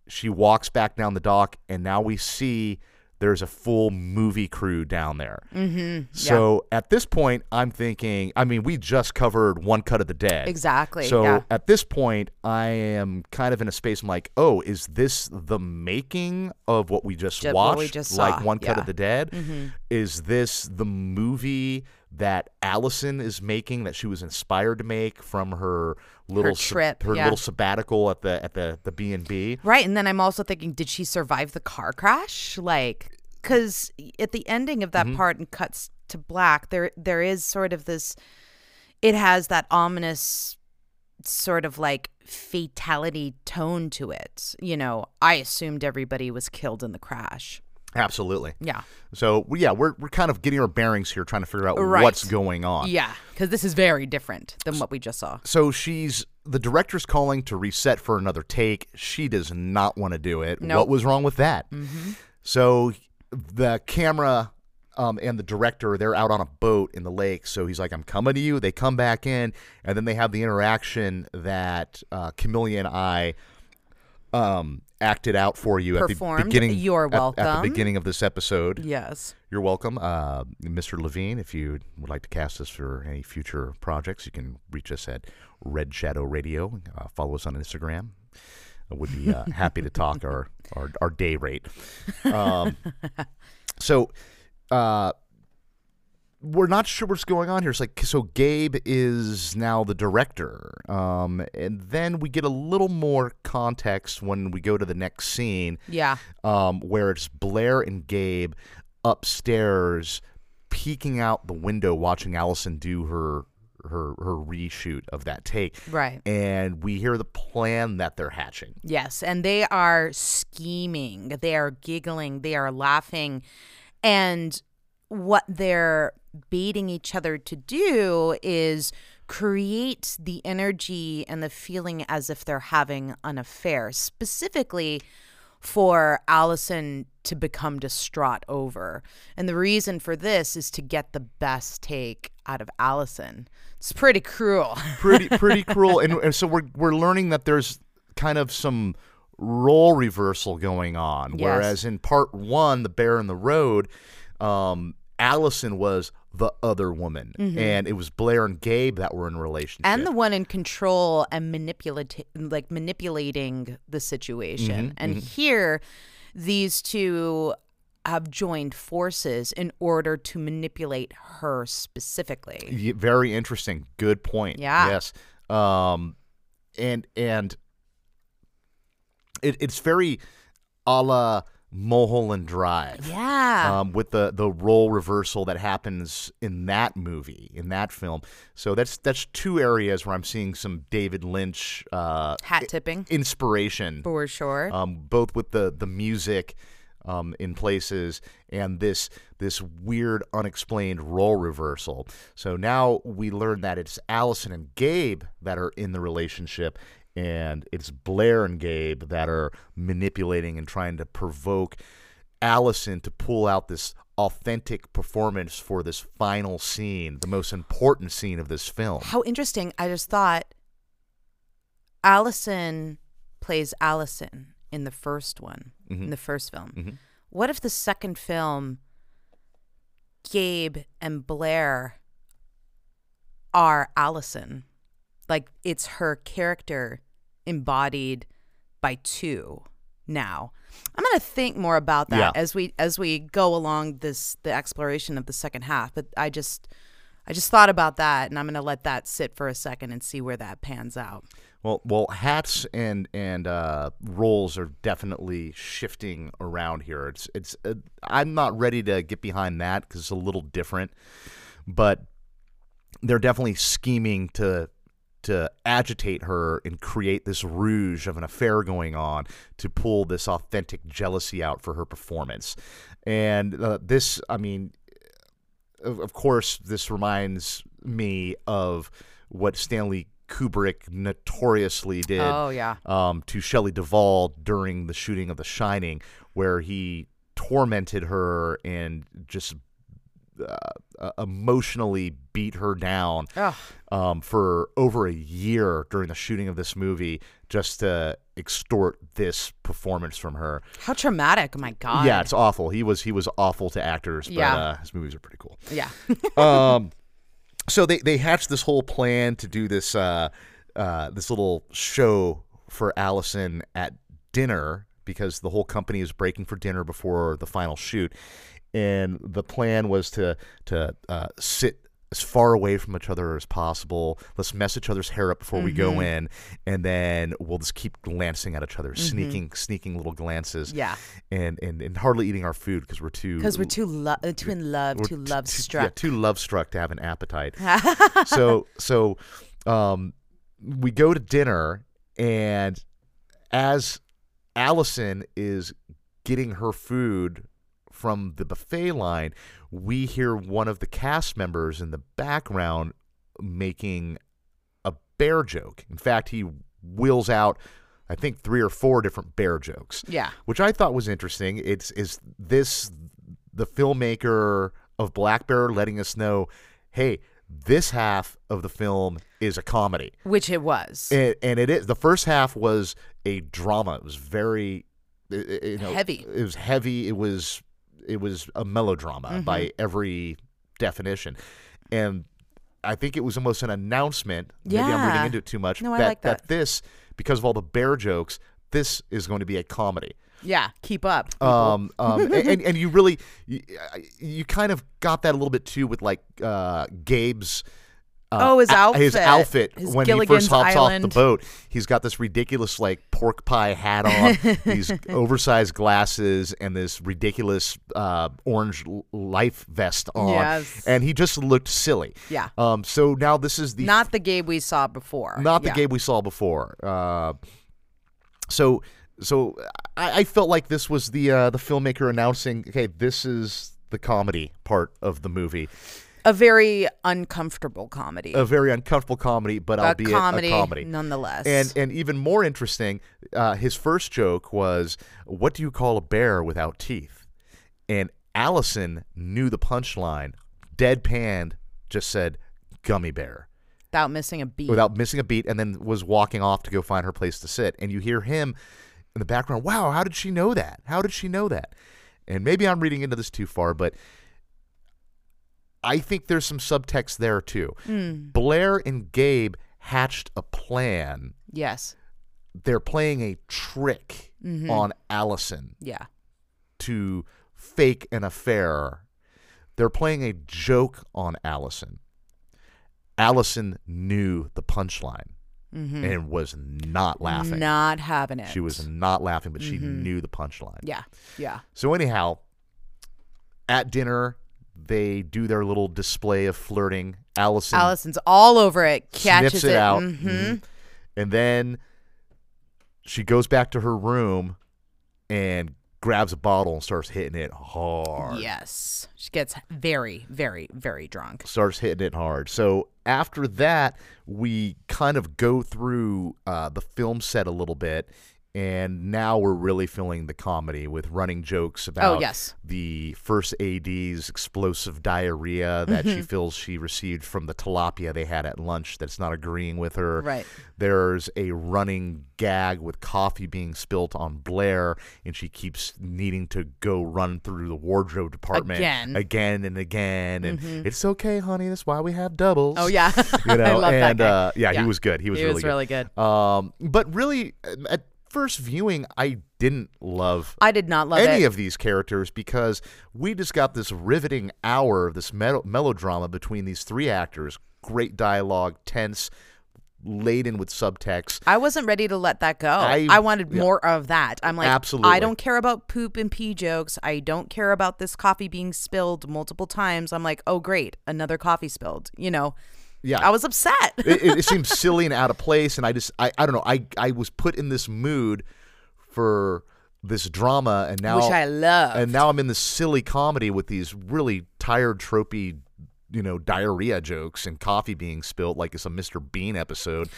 [SPEAKER 1] she walks back down the dock, and now we see There's a full movie crew down there. Mm-hmm. So at this point, I'm thinking. I mean, we just covered one cut of the dead.
[SPEAKER 3] Exactly,
[SPEAKER 1] So
[SPEAKER 3] yeah.
[SPEAKER 1] at this point, I am kind of in a space. I'm like, oh, is this the making of what we just
[SPEAKER 3] Ju- what
[SPEAKER 1] watched?
[SPEAKER 3] we just
[SPEAKER 1] like
[SPEAKER 3] saw,
[SPEAKER 1] one cut
[SPEAKER 3] yeah. Mm-hmm.
[SPEAKER 1] of the dead. Is this the movie that Allison is making that she was inspired to make from her little sab-
[SPEAKER 3] trip,
[SPEAKER 1] her
[SPEAKER 3] yeah.
[SPEAKER 1] little sabbatical at the at the the B and B?
[SPEAKER 3] Right. And then I'm also thinking, did she survive the car crash? Like, because at the ending of that
[SPEAKER 1] Mm-hmm.
[SPEAKER 3] part and cuts to black, there there is sort of this. It has that ominous, sort of like fatality tone to it. You know, I assumed everybody was killed in the crash.
[SPEAKER 1] Absolutely.
[SPEAKER 3] Yeah.
[SPEAKER 1] So we- yeah, we're we're kind of getting our bearings here, trying to figure out
[SPEAKER 3] Right.
[SPEAKER 1] what's going on.
[SPEAKER 3] Yeah. Because this is very different than what we just saw.
[SPEAKER 1] So she's the director's calling to reset for another take. She does not want to do it.
[SPEAKER 3] Nope.
[SPEAKER 1] What was wrong with that? Mm-hmm. So the camera um, and the director they're out on a boat in the lake. So he's like, "I'm coming to you." They come back in, and then they have the interaction that uh, Camilla and I um, acted out for you at the
[SPEAKER 3] Performed.
[SPEAKER 1] beginning.
[SPEAKER 3] You're
[SPEAKER 1] at- At, the
[SPEAKER 3] welcome.
[SPEAKER 1] beginning of this episode.
[SPEAKER 3] Yes.
[SPEAKER 1] You're welcome, uh, Mr. Levine. If you would like to cast us for any future projects, you can reach us at Red Shadow Radio. Uh, follow us on Instagram. I would be uh, happy to talk our, our our day rate. Um, so, uh, we're not sure what's going on here. It's like so Gabe is now the director, um, and then we get a little more context when we go to the next scene
[SPEAKER 3] Yeah.
[SPEAKER 1] um, where it's Blair and Gabe upstairs peeking out the window watching Allison do her her her reshoot of that take.
[SPEAKER 3] Right.
[SPEAKER 1] And we hear the plan that they're hatching.
[SPEAKER 3] Yes, and they are scheming, they are giggling, they are laughing. And what they're baiting each other to do is create the energy and the feeling as if they're having an affair, specifically for Allison to become distraught over. And the reason for this is to get the best take out of Allison. It's pretty cruel.
[SPEAKER 1] Pretty pretty cruel. And, and so we're we're learning that there's kind of some role reversal going on.
[SPEAKER 3] Yes.
[SPEAKER 1] Whereas in part one, the bear in the road, um, Allison was the other woman, and it was Blair and Gabe that were in a relationship.
[SPEAKER 3] Mm-hmm. and the one in control and manipulati- like manipulating the situation and here these two have joined forces in order to manipulate her specifically
[SPEAKER 1] Ye- very interesting. Good point.
[SPEAKER 3] Yeah.
[SPEAKER 1] Yes. Um, and and it, it's very a la Mulholland Drive.
[SPEAKER 3] yeah
[SPEAKER 1] Um, with the the role reversal that happens in that movie, in that film, so that's that's two areas where I'm seeing some David Lynch uh,
[SPEAKER 3] hat tipping
[SPEAKER 1] inspiration
[SPEAKER 3] for sure
[SPEAKER 1] um, both with the the music um, in places and this this weird unexplained role reversal. So now we learn that it's Allison and Gabe that are in the relationship. And it's Blair and Gabe that are manipulating and trying to provoke Allison to pull out this authentic performance for this final scene, the most important scene of this film.
[SPEAKER 3] how interesting i just thought allison plays allison in the first one in the first film
[SPEAKER 1] Mhm.
[SPEAKER 3] What if the second film, Gabe and Blair are Allison? Like it's her character embodied by two now. I'm gonna think more about that
[SPEAKER 1] Yeah.
[SPEAKER 3] as we as we go along this the exploration of the second half. But I just I just thought about that and I'm gonna let that sit for a second and see where that pans out.
[SPEAKER 1] Well, well, hats and and uh, roles are definitely shifting around here. It's it's uh, I'm not ready to get behind that because it's a little different, but they're definitely scheming to to agitate her and create this rouge of an affair going on to pull this authentic jealousy out for her performance, and uh, this I mean of, of course, this reminds me of what Stanley Kubrick notoriously did
[SPEAKER 3] Oh yeah.
[SPEAKER 1] um, to Shelley Duvall during the shooting of The Shining, where he tormented her and just uh, emotionally beat her down
[SPEAKER 3] Ugh.
[SPEAKER 1] um, for over a year during the shooting of this movie just to extort this performance from her.
[SPEAKER 3] How traumatic! oh My God.
[SPEAKER 1] Yeah, it's awful. He was he was awful to actors, but
[SPEAKER 3] Yeah.
[SPEAKER 1] uh, his movies are pretty cool.
[SPEAKER 3] Yeah.
[SPEAKER 1] Um, So they they hatched this whole plan to do this uh, uh, this little show for Allison at dinner because the whole company is breaking for dinner before the final shoot, and the plan was to to uh, sit. As far away from each other as possible. Let's mess each other's hair up before we
[SPEAKER 3] Mm-hmm.
[SPEAKER 1] go in, and then we'll just keep glancing at each other,
[SPEAKER 3] Mm-hmm.
[SPEAKER 1] sneaking, sneaking little glances.
[SPEAKER 3] Yeah.
[SPEAKER 1] and and, and hardly eating our food because we're too
[SPEAKER 3] Because we're too lo- uh, too in love,
[SPEAKER 1] we're
[SPEAKER 3] too
[SPEAKER 1] t-
[SPEAKER 3] love
[SPEAKER 1] t-
[SPEAKER 3] struck.
[SPEAKER 1] Yeah, too love struck to have an appetite. so so um we go to dinner and as Allison is getting her food from the buffet line, we hear one of the cast members in the background making a bear joke. In fact, he wheels out I think three or four different bear jokes
[SPEAKER 3] yeah.
[SPEAKER 1] which I thought was interesting. It's is this the filmmaker of Black Bear letting us know, hey, this half of the film is a comedy,
[SPEAKER 3] Which it was.
[SPEAKER 1] and, and it is the first half was a drama. It was very i- i- you know,
[SPEAKER 3] Heavy.
[SPEAKER 1] It was heavy. It was it was a melodrama
[SPEAKER 3] Mm-hmm.
[SPEAKER 1] by every definition, and I think it was almost an announcement. Maybe I'm reading
[SPEAKER 3] Yeah.
[SPEAKER 1] into it too much.
[SPEAKER 3] No, I
[SPEAKER 1] that,
[SPEAKER 3] like that.
[SPEAKER 1] that this because of all the bear jokes. This is going to be a comedy.
[SPEAKER 3] yeah. Keep up. people.
[SPEAKER 1] Um, um, and, and, and you really, you, uh, you kind of got that a little bit too with like uh, Gabe's. Uh,
[SPEAKER 3] Oh, his
[SPEAKER 1] a- His
[SPEAKER 3] outfit.
[SPEAKER 1] outfit
[SPEAKER 3] His
[SPEAKER 1] when he
[SPEAKER 3] Gilligan's
[SPEAKER 1] first hops off
[SPEAKER 3] Island.
[SPEAKER 1] the boat. He's got this ridiculous like pork pie hat on, these oversized glasses, and this ridiculous uh, orange l- life vest on.
[SPEAKER 3] Yes.
[SPEAKER 1] And he just looked silly.
[SPEAKER 3] Yeah.
[SPEAKER 1] Um. So now this is the
[SPEAKER 3] Not the Gabe we saw before.
[SPEAKER 1] not the
[SPEAKER 3] Uh, Yeah.
[SPEAKER 1] game we saw before. Uh, so, so I, I felt like this was the uh, the filmmaker announcing, "Okay, this is the comedy part of the movie,
[SPEAKER 3] A very uncomfortable comedy.
[SPEAKER 1] a very uncomfortable comedy, but
[SPEAKER 3] a
[SPEAKER 1] albeit
[SPEAKER 3] comedy,
[SPEAKER 1] a comedy."
[SPEAKER 3] nonetheless.
[SPEAKER 1] And and even more interesting, uh, his first joke was, "What do you call a bear without teeth?" And Allison knew the punchline. Deadpan just said, "Gummy bear."
[SPEAKER 3] without missing a beat.
[SPEAKER 1] without missing a beat and then was walking off to go find her place to sit and you hear him in the background wow how did she know that how did she know that and maybe i'm reading into this too far but i think there's some subtext there too blair and gabe hatched a plan
[SPEAKER 3] yes.
[SPEAKER 1] they're playing a trick on allison
[SPEAKER 3] Yeah.
[SPEAKER 1] to fake an affair. They're playing a joke on Allison. Allison knew the punchline and was not laughing.
[SPEAKER 3] Mm-hmm. Not having it. Mm-hmm.
[SPEAKER 1] She was not laughing, but she knew the punchline.
[SPEAKER 3] Yeah. Yeah.
[SPEAKER 1] So anyhow, at dinner they do their little display of flirting. Allison
[SPEAKER 3] Allison's all over it. Catches
[SPEAKER 1] sniffs it, out,
[SPEAKER 3] mhm.
[SPEAKER 1] mhm. and then she goes back to her room and grabs a bottle and starts hitting it hard.
[SPEAKER 3] Yes. She gets very, very, very drunk.
[SPEAKER 1] starts hitting it hard. So after that, we kind of go through uh, the film set a little bit, and now we're really filling the comedy with running jokes about
[SPEAKER 3] yes.
[SPEAKER 1] the first AD's explosive diarrhea that she feels she received from the tilapia they had at lunch that's not agreeing with her.
[SPEAKER 3] Right.
[SPEAKER 1] There's a running gag with coffee being spilt on Blair, and she keeps needing to go run through the wardrobe department
[SPEAKER 3] Again. Mm-hmm.
[SPEAKER 1] again and again. And it's okay, honey. That's why we have doubles.
[SPEAKER 3] Oh yeah.
[SPEAKER 1] You know,
[SPEAKER 3] I love
[SPEAKER 1] and
[SPEAKER 3] that guy.
[SPEAKER 1] Uh, yeah,
[SPEAKER 3] Yeah.
[SPEAKER 1] he was good. He was
[SPEAKER 3] He
[SPEAKER 1] really
[SPEAKER 3] was
[SPEAKER 1] good.
[SPEAKER 3] really good.
[SPEAKER 1] Um, but really, um, at first viewing, I didn't love
[SPEAKER 3] I did not love
[SPEAKER 1] any
[SPEAKER 3] it.
[SPEAKER 1] of these characters because we just got this riveting hour of this mel- melodrama between these three actors. Great dialogue, tense, laden with subtext.
[SPEAKER 3] I wasn't ready to let that go. I,
[SPEAKER 1] I-
[SPEAKER 3] wanted
[SPEAKER 1] yeah.
[SPEAKER 3] more of that. I'm like, I
[SPEAKER 1] Absolutely.
[SPEAKER 3] don't care about poop and pee jokes. I don't care about this coffee being spilled multiple times. I'm like, oh great, another coffee spilled. You know,
[SPEAKER 1] Yeah.
[SPEAKER 3] I was upset.
[SPEAKER 1] it, it, it seems silly and out of place, and I just I, I don't know. I I was put in this mood for this drama, and now
[SPEAKER 3] Which I love.
[SPEAKER 1] and now I'm in this silly comedy with these really tired tropey. You know, diarrhea jokes and coffee being spilled like it's a Mr. Bean episode,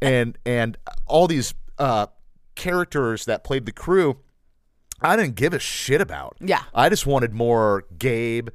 [SPEAKER 1] and and all these uh, characters that played the crew, I didn't give a shit about.
[SPEAKER 3] Yeah.
[SPEAKER 1] I just wanted more Gabe,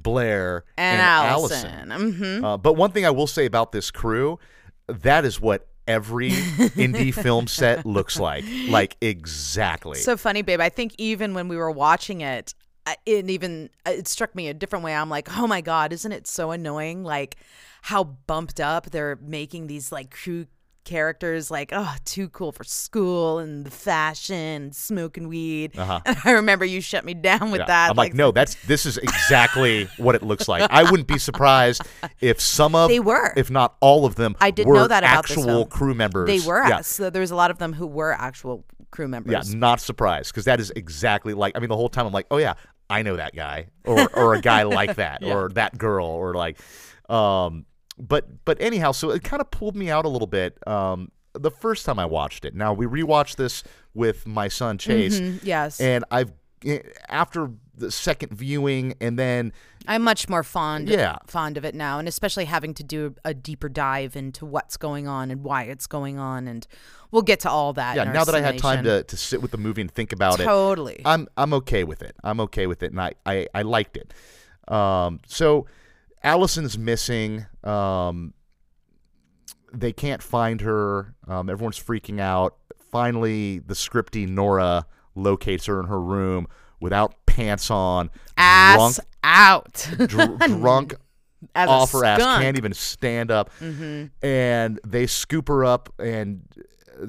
[SPEAKER 1] Blair,
[SPEAKER 3] and,
[SPEAKER 1] and,
[SPEAKER 3] Allison. Mhm.
[SPEAKER 1] Uh, but one thing I will say about this crew, that is what every indie film set looks like. Like exactly.
[SPEAKER 3] So funny, babe. I think even when we were watching it, I- it even uh, it struck me a different way. I'm like, oh my god, isn't it so annoying? Like how bumped up they're making these like crew characters like oh too cool for school and the fashion smoking weed and i remember you shut me down with
[SPEAKER 1] Uh-huh. Yeah.
[SPEAKER 3] that
[SPEAKER 1] I'm like, no, that's this is exactly what it looks like. I wouldn't be surprised if some of
[SPEAKER 3] They were.
[SPEAKER 1] if not all of them,
[SPEAKER 3] I didn't
[SPEAKER 1] were
[SPEAKER 3] know that about this
[SPEAKER 1] actual
[SPEAKER 3] film.
[SPEAKER 1] crew members.
[SPEAKER 3] they were
[SPEAKER 1] yeah.
[SPEAKER 3] us so there was a lot of them who were actual crew members
[SPEAKER 1] Yeah, not surprised because that is exactly like. I mean, the whole time I'm like, oh yeah, I know that guy or or a guy like that or that girl or like, um, but but anyhow, so it kind of pulled me out a little bit. Um, the first time I watched it. Now we rewatched this with my son Chase,
[SPEAKER 3] yes
[SPEAKER 1] and I've eh, after the second viewing and then
[SPEAKER 3] I'm much more fond
[SPEAKER 1] Yeah.
[SPEAKER 3] fond of it now, and especially having to do a deeper dive into what's going on and why it's going on, and we'll get to all that.
[SPEAKER 1] yeah,
[SPEAKER 3] in our
[SPEAKER 1] now that I had time
[SPEAKER 3] summation.
[SPEAKER 1] to, to sit with the movie and think about it,
[SPEAKER 3] totally,
[SPEAKER 1] I'm I'm okay with it. I'm okay with it, and I I, I liked it. Um, so Allison's missing. Um, they can't find her. Um, everyone's freaking out. Finally, the scripty Nora locates her in her room without pants on,
[SPEAKER 3] ass out
[SPEAKER 1] drunk, dr- drunk
[SPEAKER 3] as
[SPEAKER 1] off
[SPEAKER 3] a
[SPEAKER 1] her ass,
[SPEAKER 3] skunk. Mm-hmm.
[SPEAKER 1] can't even stand up. And they scoop her up, and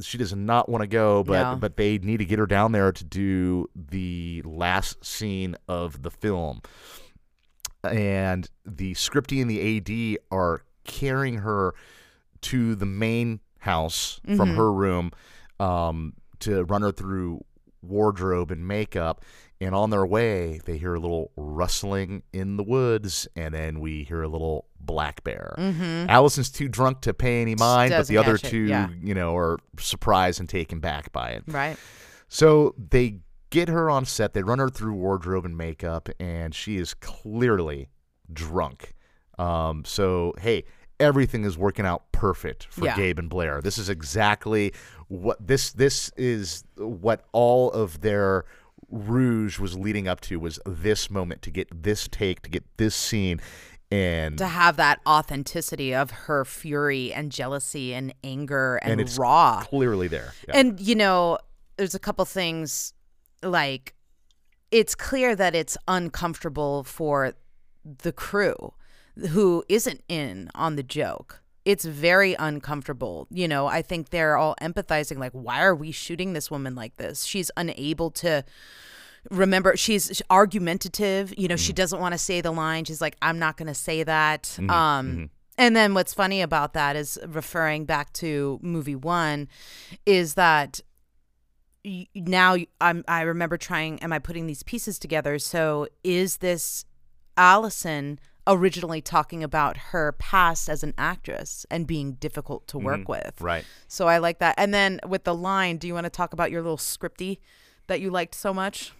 [SPEAKER 1] she does not want to go, but
[SPEAKER 3] No.
[SPEAKER 1] but they need to get her down there to do the last scene of the film. And the scripty and the AD are carrying her to the main house
[SPEAKER 3] Mm-hmm.
[SPEAKER 1] from her room um, to run her through wardrobe and makeup. And on their way, they hear a little rustling in the woods, and then we hear a little black bear. Allison's too drunk to pay any mind, but
[SPEAKER 3] Mm-hmm. doesn't
[SPEAKER 1] the other
[SPEAKER 3] catch it,
[SPEAKER 1] two,
[SPEAKER 3] yeah.
[SPEAKER 1] you know, are surprised and taken back by it.
[SPEAKER 3] right?
[SPEAKER 1] So they get her on set. They run her through wardrobe and makeup, and she is clearly drunk. Um, so hey, everything is working out perfect for
[SPEAKER 3] Yeah.
[SPEAKER 1] Gabe and Blair. This is exactly what this this is what all of their rouge was leading up to was this moment to get this take to get this scene and
[SPEAKER 3] To have that authenticity of her fury and jealousy and anger and,
[SPEAKER 1] and it's
[SPEAKER 3] raw,
[SPEAKER 1] clearly there. Yeah.
[SPEAKER 3] and you know, there's a couple things like it's clear that it's uncomfortable for the crew who isn't in on the joke. It's very uncomfortable. You know, I think they're all empathizing like why are we shooting this woman like this? She's unable to remember she's argumentative, you know, she doesn't want to say the line. She's like I'm not going to say that. Um and then what's funny about that is referring back to movie 1 is that y- now y- I'm I remember trying am I putting these pieces together so is this Allison originally talking about her past as an actress and being difficult to work with
[SPEAKER 1] Right.
[SPEAKER 3] so I like that and then with the line do you want to talk about your little scripty that you liked so much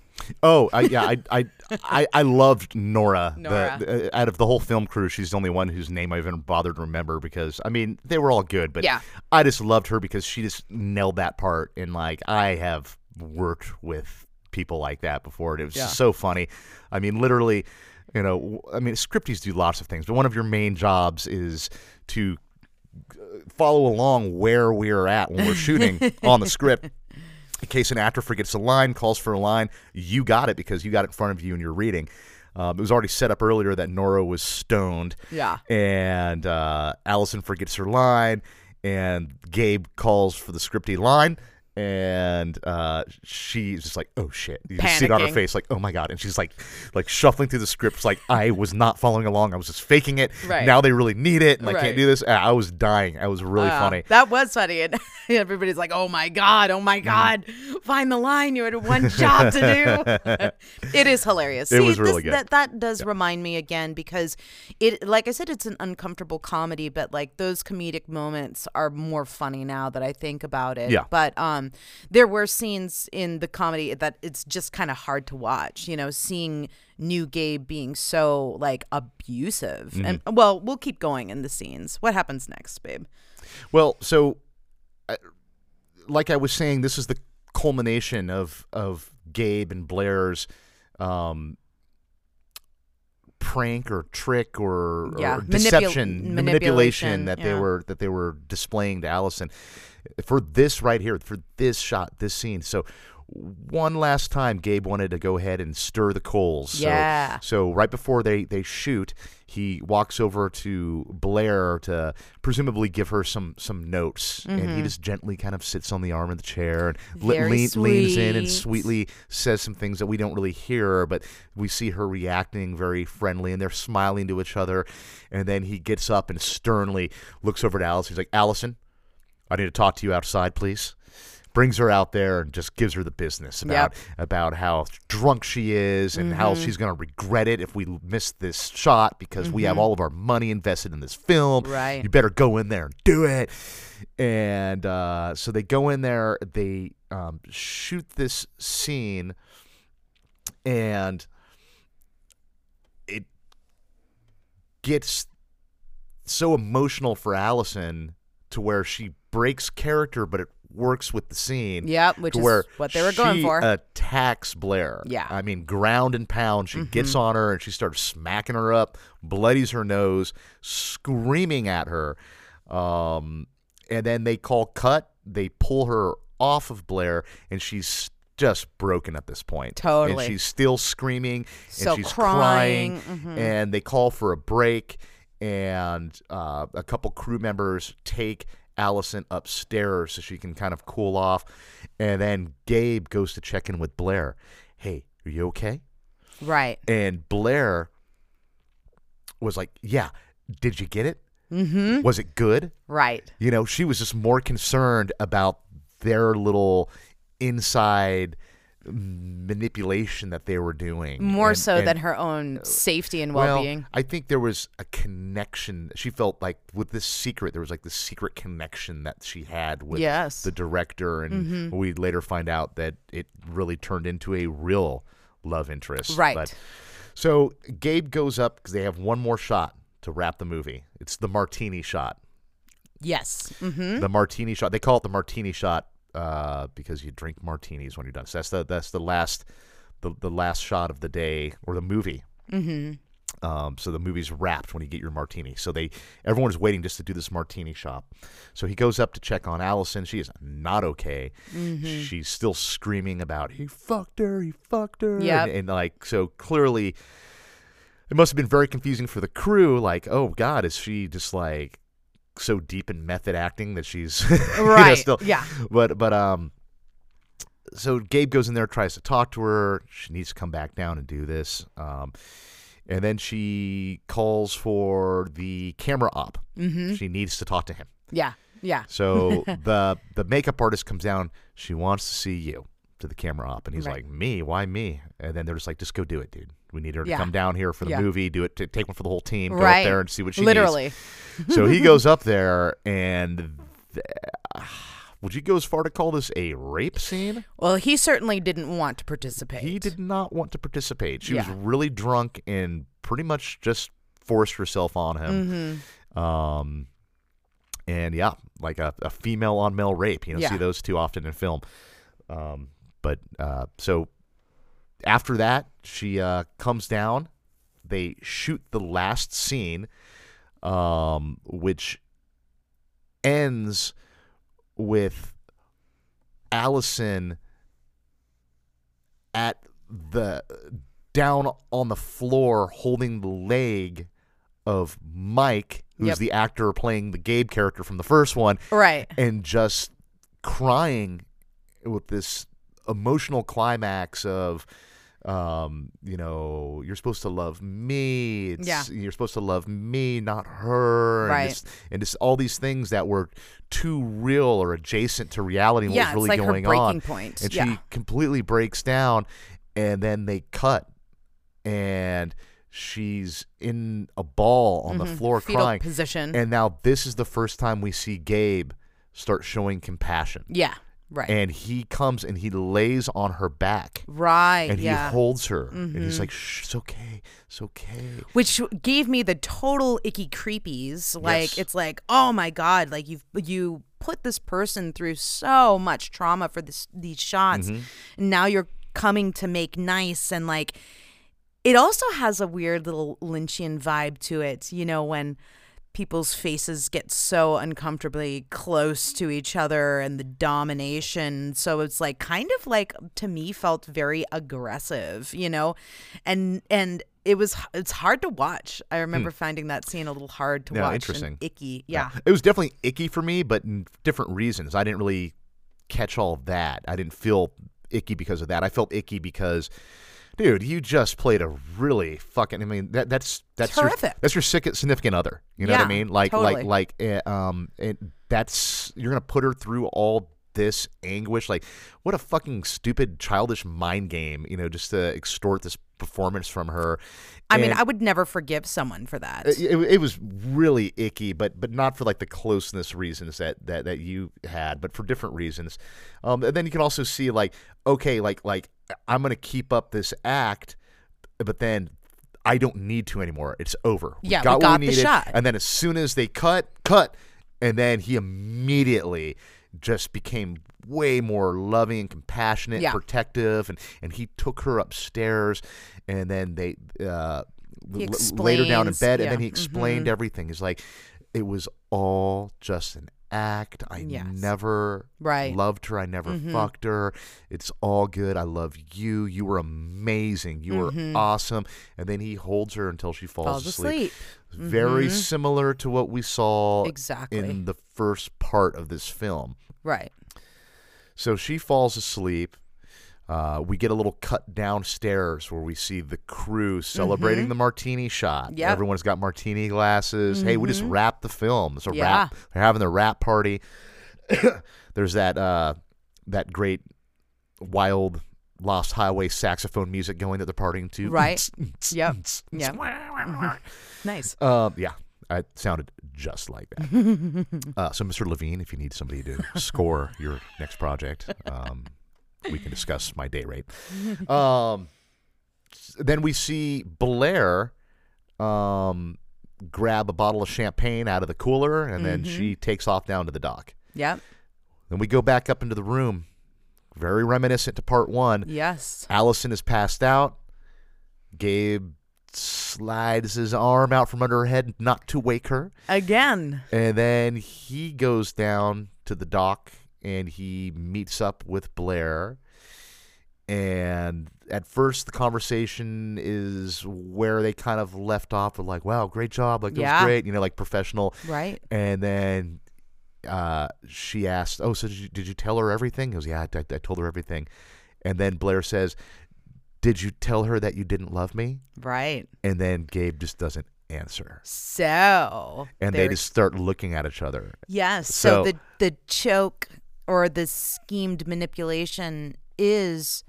[SPEAKER 1] Oh, I, yeah, I, I, I, I loved Nora. The-
[SPEAKER 3] Nora.
[SPEAKER 1] the- out of the whole film crew, she's the only one whose name I even bothered to remember because I mean they were all good, but
[SPEAKER 3] Yeah.
[SPEAKER 1] I just loved her because she just nailed that part. And like I have worked with people like that before, and it was just so funny. I mean, literally, you know, w- I mean, scripties do lots of things, but one of your main jobs is to uh, follow along where we're at when we're shooting on the script in case an actor forgets a line, calls for a line, you got it because you got it in front of you and you're reading. Um, it was already set up earlier that Nora was stoned.
[SPEAKER 3] Yeah.
[SPEAKER 1] And uh, Allison forgets her line, and Gabe calls for the scripty line. And uh, she's just like, "Oh shit!" You just see it on her
[SPEAKER 3] Panicking.
[SPEAKER 1] face, like, "Oh my god!" And she's like, like shuffling through the scripts, like, "I was not following along. I was just faking it.
[SPEAKER 3] Right.
[SPEAKER 1] Now they really need it, and I
[SPEAKER 3] Right.
[SPEAKER 1] can't do this." Uh, I was dying. I was really funny. Mm.
[SPEAKER 3] That was funny. And everybody's like, oh my God, oh my God, find the line. You had one job to do. it is hilarious.
[SPEAKER 1] It was really good.
[SPEAKER 3] That, that does remind me again because it, like I said, it's an uncomfortable comedy, but like those comedic moments are more funny now that I think about it.
[SPEAKER 1] Yeah.
[SPEAKER 3] But um, there were scenes in the comedy that it's just kind of hard to watch, you know, seeing new Gabe being so like abusive.
[SPEAKER 1] Mm-hmm.
[SPEAKER 3] And well, we'll keep going in the scenes. What happens next, babe?
[SPEAKER 1] Well, so, I- like I was saying, this is the culmination of of Gabe and Blair's um, prank or trick or, or
[SPEAKER 3] Yeah. Manipul-
[SPEAKER 1] deception
[SPEAKER 3] manipulation,
[SPEAKER 1] manipulation that they
[SPEAKER 3] yeah.
[SPEAKER 1] were that they were displaying to Allison for this right here for this shot this scene so one last time Gabe wanted to go ahead and stir the coals so,
[SPEAKER 3] Yeah.
[SPEAKER 1] so right before they they shoot he walks over to Blair to presumably give her some some notes and he just gently kind of sits on the arm of the chair and le-
[SPEAKER 3] Mm-hmm. Very
[SPEAKER 1] lean- leans in and
[SPEAKER 3] sweet.
[SPEAKER 1] sweetly says some things that we don't really hear, but we see her reacting very friendly and they're smiling to each other. And then he gets up and sternly looks over to Allison. He's like, Allison, I need to talk to you outside, please. Brings her out there and just gives her the business about about how drunk she is and how she's going to regret it if we miss this shot because we have all of our money invested in this film.
[SPEAKER 3] Right.
[SPEAKER 1] You better go in there and do it. And uh, so they go in there, they um, shoot this scene, and it gets so emotional for Allison to where she breaks character, but it works with the scene.
[SPEAKER 3] Yep, which
[SPEAKER 1] to
[SPEAKER 3] is
[SPEAKER 1] where
[SPEAKER 3] what they were going
[SPEAKER 1] she uh,
[SPEAKER 3] for.
[SPEAKER 1] Attacks Blair.
[SPEAKER 3] Yeah. Mm-hmm.
[SPEAKER 1] I mean, ground and pound. She gets on her and she starts smacking her up, bloodies her nose, screaming at her. Um, and then they call cut. They pull her off of Blair, and she's just broken at this point.
[SPEAKER 3] Totally.
[SPEAKER 1] And she's still screaming,
[SPEAKER 3] So
[SPEAKER 1] and she's
[SPEAKER 3] crying, mm-hmm.
[SPEAKER 1] crying, and they call for a break, and uh, a couple crew members take Allison upstairs so she can kind of cool off, and then Gabe goes to check in with Blair. Hey, are you okay?
[SPEAKER 3] Right.
[SPEAKER 1] And Blair was like, "Yeah, did you get it? Mm-hmm. Was it good?"
[SPEAKER 3] Right.
[SPEAKER 1] You know, she was just more concerned about their little inside manipulation that they were doing.
[SPEAKER 3] More
[SPEAKER 1] And-
[SPEAKER 3] so
[SPEAKER 1] and- uh,
[SPEAKER 3] than her own safety and
[SPEAKER 1] well,
[SPEAKER 3] well being.
[SPEAKER 1] I think there was a connection. She felt like with this secret, there was like this secret connection that she had with
[SPEAKER 3] Yes. Mm-hmm.
[SPEAKER 1] the director, and we later find out that it really turned into a real love interest.
[SPEAKER 3] Right.
[SPEAKER 1] But- so Gabe goes up because they have one more shot to wrap the movie. It's the martini shot
[SPEAKER 3] yes. Mm-hmm.
[SPEAKER 1] the martini shot. They call it the martini shot uh, because you drink martinis when you're done. So that's the that's the last the, the last shot of the day or the movie. Mm-hmm. Um, so the movie's wrapped when you get your martini. So they everyone's waiting just to do this martini shot. So he goes up to check on Allison. She is not okay.
[SPEAKER 3] Mm-hmm.
[SPEAKER 1] She's still screaming about he fucked her, he fucked her.
[SPEAKER 3] Yep.
[SPEAKER 1] And, and like so clearly it must have been very confusing for the crew. Like, oh God, is she just like so deep in method acting that she's you know,
[SPEAKER 3] Right,
[SPEAKER 1] still,
[SPEAKER 3] yeah.
[SPEAKER 1] But but um, so Gabe goes in there, tries to talk to her. She needs to come back down and do this. Um, and then she calls for the camera op. Mm-hmm. She needs to talk to him.
[SPEAKER 3] Yeah. Yeah.
[SPEAKER 1] So the the makeup artist comes down. She wants to see you to the camera op, and he's
[SPEAKER 3] Right.
[SPEAKER 1] like, "Me? Why me?" And then they're just like, "Just go do it, dude. We need her to
[SPEAKER 3] Yeah.
[SPEAKER 1] come down here for the
[SPEAKER 3] Yeah.
[SPEAKER 1] movie. Do it. T- take one for the whole team. Go
[SPEAKER 3] right.
[SPEAKER 1] up there and see what she needs."
[SPEAKER 3] Literally.
[SPEAKER 1] So he goes up there, and th- would you go as far to call this a rape scene?
[SPEAKER 3] Well, he certainly didn't want to participate.
[SPEAKER 1] He did not want to participate. She
[SPEAKER 3] Yeah.
[SPEAKER 1] was really drunk and pretty much just forced herself on
[SPEAKER 3] Mm-hmm.
[SPEAKER 1] him. Um, and yeah, like a, a female on male rape. You don't
[SPEAKER 3] Yeah.
[SPEAKER 1] see those too often in film. Um, but uh, so after that, she uh, comes down. They shoot the last scene, um, which ends with Allison at the down on the floor holding the leg of Mike, who's
[SPEAKER 3] Yep.
[SPEAKER 1] the actor playing the Gabe character from the first one,
[SPEAKER 3] Right.
[SPEAKER 1] and just crying with this emotional climax of um, you know, you're supposed to love me. It's,
[SPEAKER 3] Yeah.
[SPEAKER 1] You're supposed to love me, not her. and
[SPEAKER 3] Right.
[SPEAKER 1] it's- And it's all these things that were too real or adjacent to reality and
[SPEAKER 3] Yeah,
[SPEAKER 1] what
[SPEAKER 3] it's
[SPEAKER 1] was really
[SPEAKER 3] like her
[SPEAKER 1] going
[SPEAKER 3] breaking
[SPEAKER 1] on.
[SPEAKER 3] point.
[SPEAKER 1] And
[SPEAKER 3] Yeah.
[SPEAKER 1] she completely breaks down and then they cut and she's in a ball on the floor
[SPEAKER 3] Mm-hmm. Fetal mm-hmm.
[SPEAKER 1] crying.
[SPEAKER 3] position.
[SPEAKER 1] And now this is the first time we see Gabe start showing compassion.
[SPEAKER 3] yeah. Right.
[SPEAKER 1] And he comes and he lays on her back
[SPEAKER 3] right.
[SPEAKER 1] and
[SPEAKER 3] yeah. Mm-hmm.
[SPEAKER 1] he holds her and he's like, Shh, it's okay, it's okay.
[SPEAKER 3] which gave me the total icky creepies like
[SPEAKER 1] Yes.
[SPEAKER 3] it's like oh my god like you've you put this person through so much trauma for this these shots and now you're coming to make nice and like It also has a weird little Lynchian vibe to it, you know, when people's faces get so uncomfortably close to each other and the domination. So it's like kind of like to me felt very aggressive, you know, and and it was it's hard to watch. I remember finding that scene a little hard to
[SPEAKER 1] Hmm. Yeah,
[SPEAKER 3] watch, and
[SPEAKER 1] interesting.
[SPEAKER 3] icky, yeah.
[SPEAKER 1] It was definitely icky for me, but n- different reasons. I didn't really catch all of that. I didn't feel icky because of that. I felt icky because, dude, you just played a really fucking. I mean, that that's that's Your,
[SPEAKER 3] Terrific.
[SPEAKER 1] that's your sick, significant other. You know what I
[SPEAKER 3] Yeah,
[SPEAKER 1] mean? Like
[SPEAKER 3] totally.
[SPEAKER 1] like like uh, um, and that's you're gonna put her through all this anguish. Like, what a fucking stupid, childish mind game. You know, just to extort this performance from her.
[SPEAKER 3] I mean,
[SPEAKER 1] And- Uh,
[SPEAKER 3] I would never forgive someone for that.
[SPEAKER 1] it, it was really icky, but but not for like the closeness reasons that that, that you had, but for different reasons. Um, and then you can also see like, okay, like like I'm gonna keep up this act, but then I don't need to anymore. It's over.
[SPEAKER 3] Yeah, we got the shot.
[SPEAKER 1] And then as soon as they cut, cut, and then he immediately just became way more loving and compassionate
[SPEAKER 3] Yeah.
[SPEAKER 1] and protective and, and he took her upstairs and then they uh,
[SPEAKER 3] He
[SPEAKER 1] l- later down in
[SPEAKER 3] explains,
[SPEAKER 1] bed, and then
[SPEAKER 3] yeah. Mm-hmm.
[SPEAKER 1] he explained everything. He's like, "It was all just an act. I
[SPEAKER 3] Yes.
[SPEAKER 1] never
[SPEAKER 3] Right. Mm-hmm.
[SPEAKER 1] loved her. I never fucked her. It's all good. I love you. You were amazing. You were awesome." And then he holds her until she falls,
[SPEAKER 3] Mm-hmm. Falls asleep. Mm-hmm.
[SPEAKER 1] Very similar to what we saw
[SPEAKER 3] Exactly.
[SPEAKER 1] in the first part of this film.
[SPEAKER 3] Right.
[SPEAKER 1] So she falls asleep. Uh, we get a little cut downstairs where we see the crew celebrating the martini shot.
[SPEAKER 3] Mm-hmm. Yep. Mm-hmm.
[SPEAKER 1] Everyone's got martini glasses. Hey, we just wrapped the film. It's a wrap.
[SPEAKER 3] Yeah.
[SPEAKER 1] They're having the wrap party. There's that uh, that great wild lost highway saxophone music going that they're partying to.
[SPEAKER 3] Right. yep. Yep.
[SPEAKER 2] Nice.
[SPEAKER 1] Uh, yeah, I sounded just like that. uh, so, Mr. Levine, if you need somebody to score your next project, um, we can discuss my day rate. Um, s- then we see Blair um, grab a bottle of champagne out of the cooler, and then she takes off down to the dock.
[SPEAKER 3] Yep.
[SPEAKER 1] Then we go back up into the room, very reminiscent to part one.
[SPEAKER 3] Yes.
[SPEAKER 1] Allison is passed out. Gabe slides his arm out from under her head not to wake her.
[SPEAKER 3] Again.
[SPEAKER 1] And then he goes down to the dock and he meets up with Blair. And at first, the conversation is where they kind of left off with, like, wow, great job. Like, it
[SPEAKER 3] Yeah.
[SPEAKER 1] was great, you know, like professional.
[SPEAKER 3] Right.
[SPEAKER 1] And then uh, she asked, "Oh, so did you, did you tell her everything?" He goes, "Yeah, I, I- I told her everything." And then Blair says, "Did you tell her that you didn't love me?"
[SPEAKER 3] Right.
[SPEAKER 1] And then Gabe just doesn't answer,
[SPEAKER 3] So.
[SPEAKER 1] and they
[SPEAKER 3] there-
[SPEAKER 1] just start looking at each other.
[SPEAKER 3] Yes. So,
[SPEAKER 1] So-
[SPEAKER 3] the the choke or the schemed manipulation is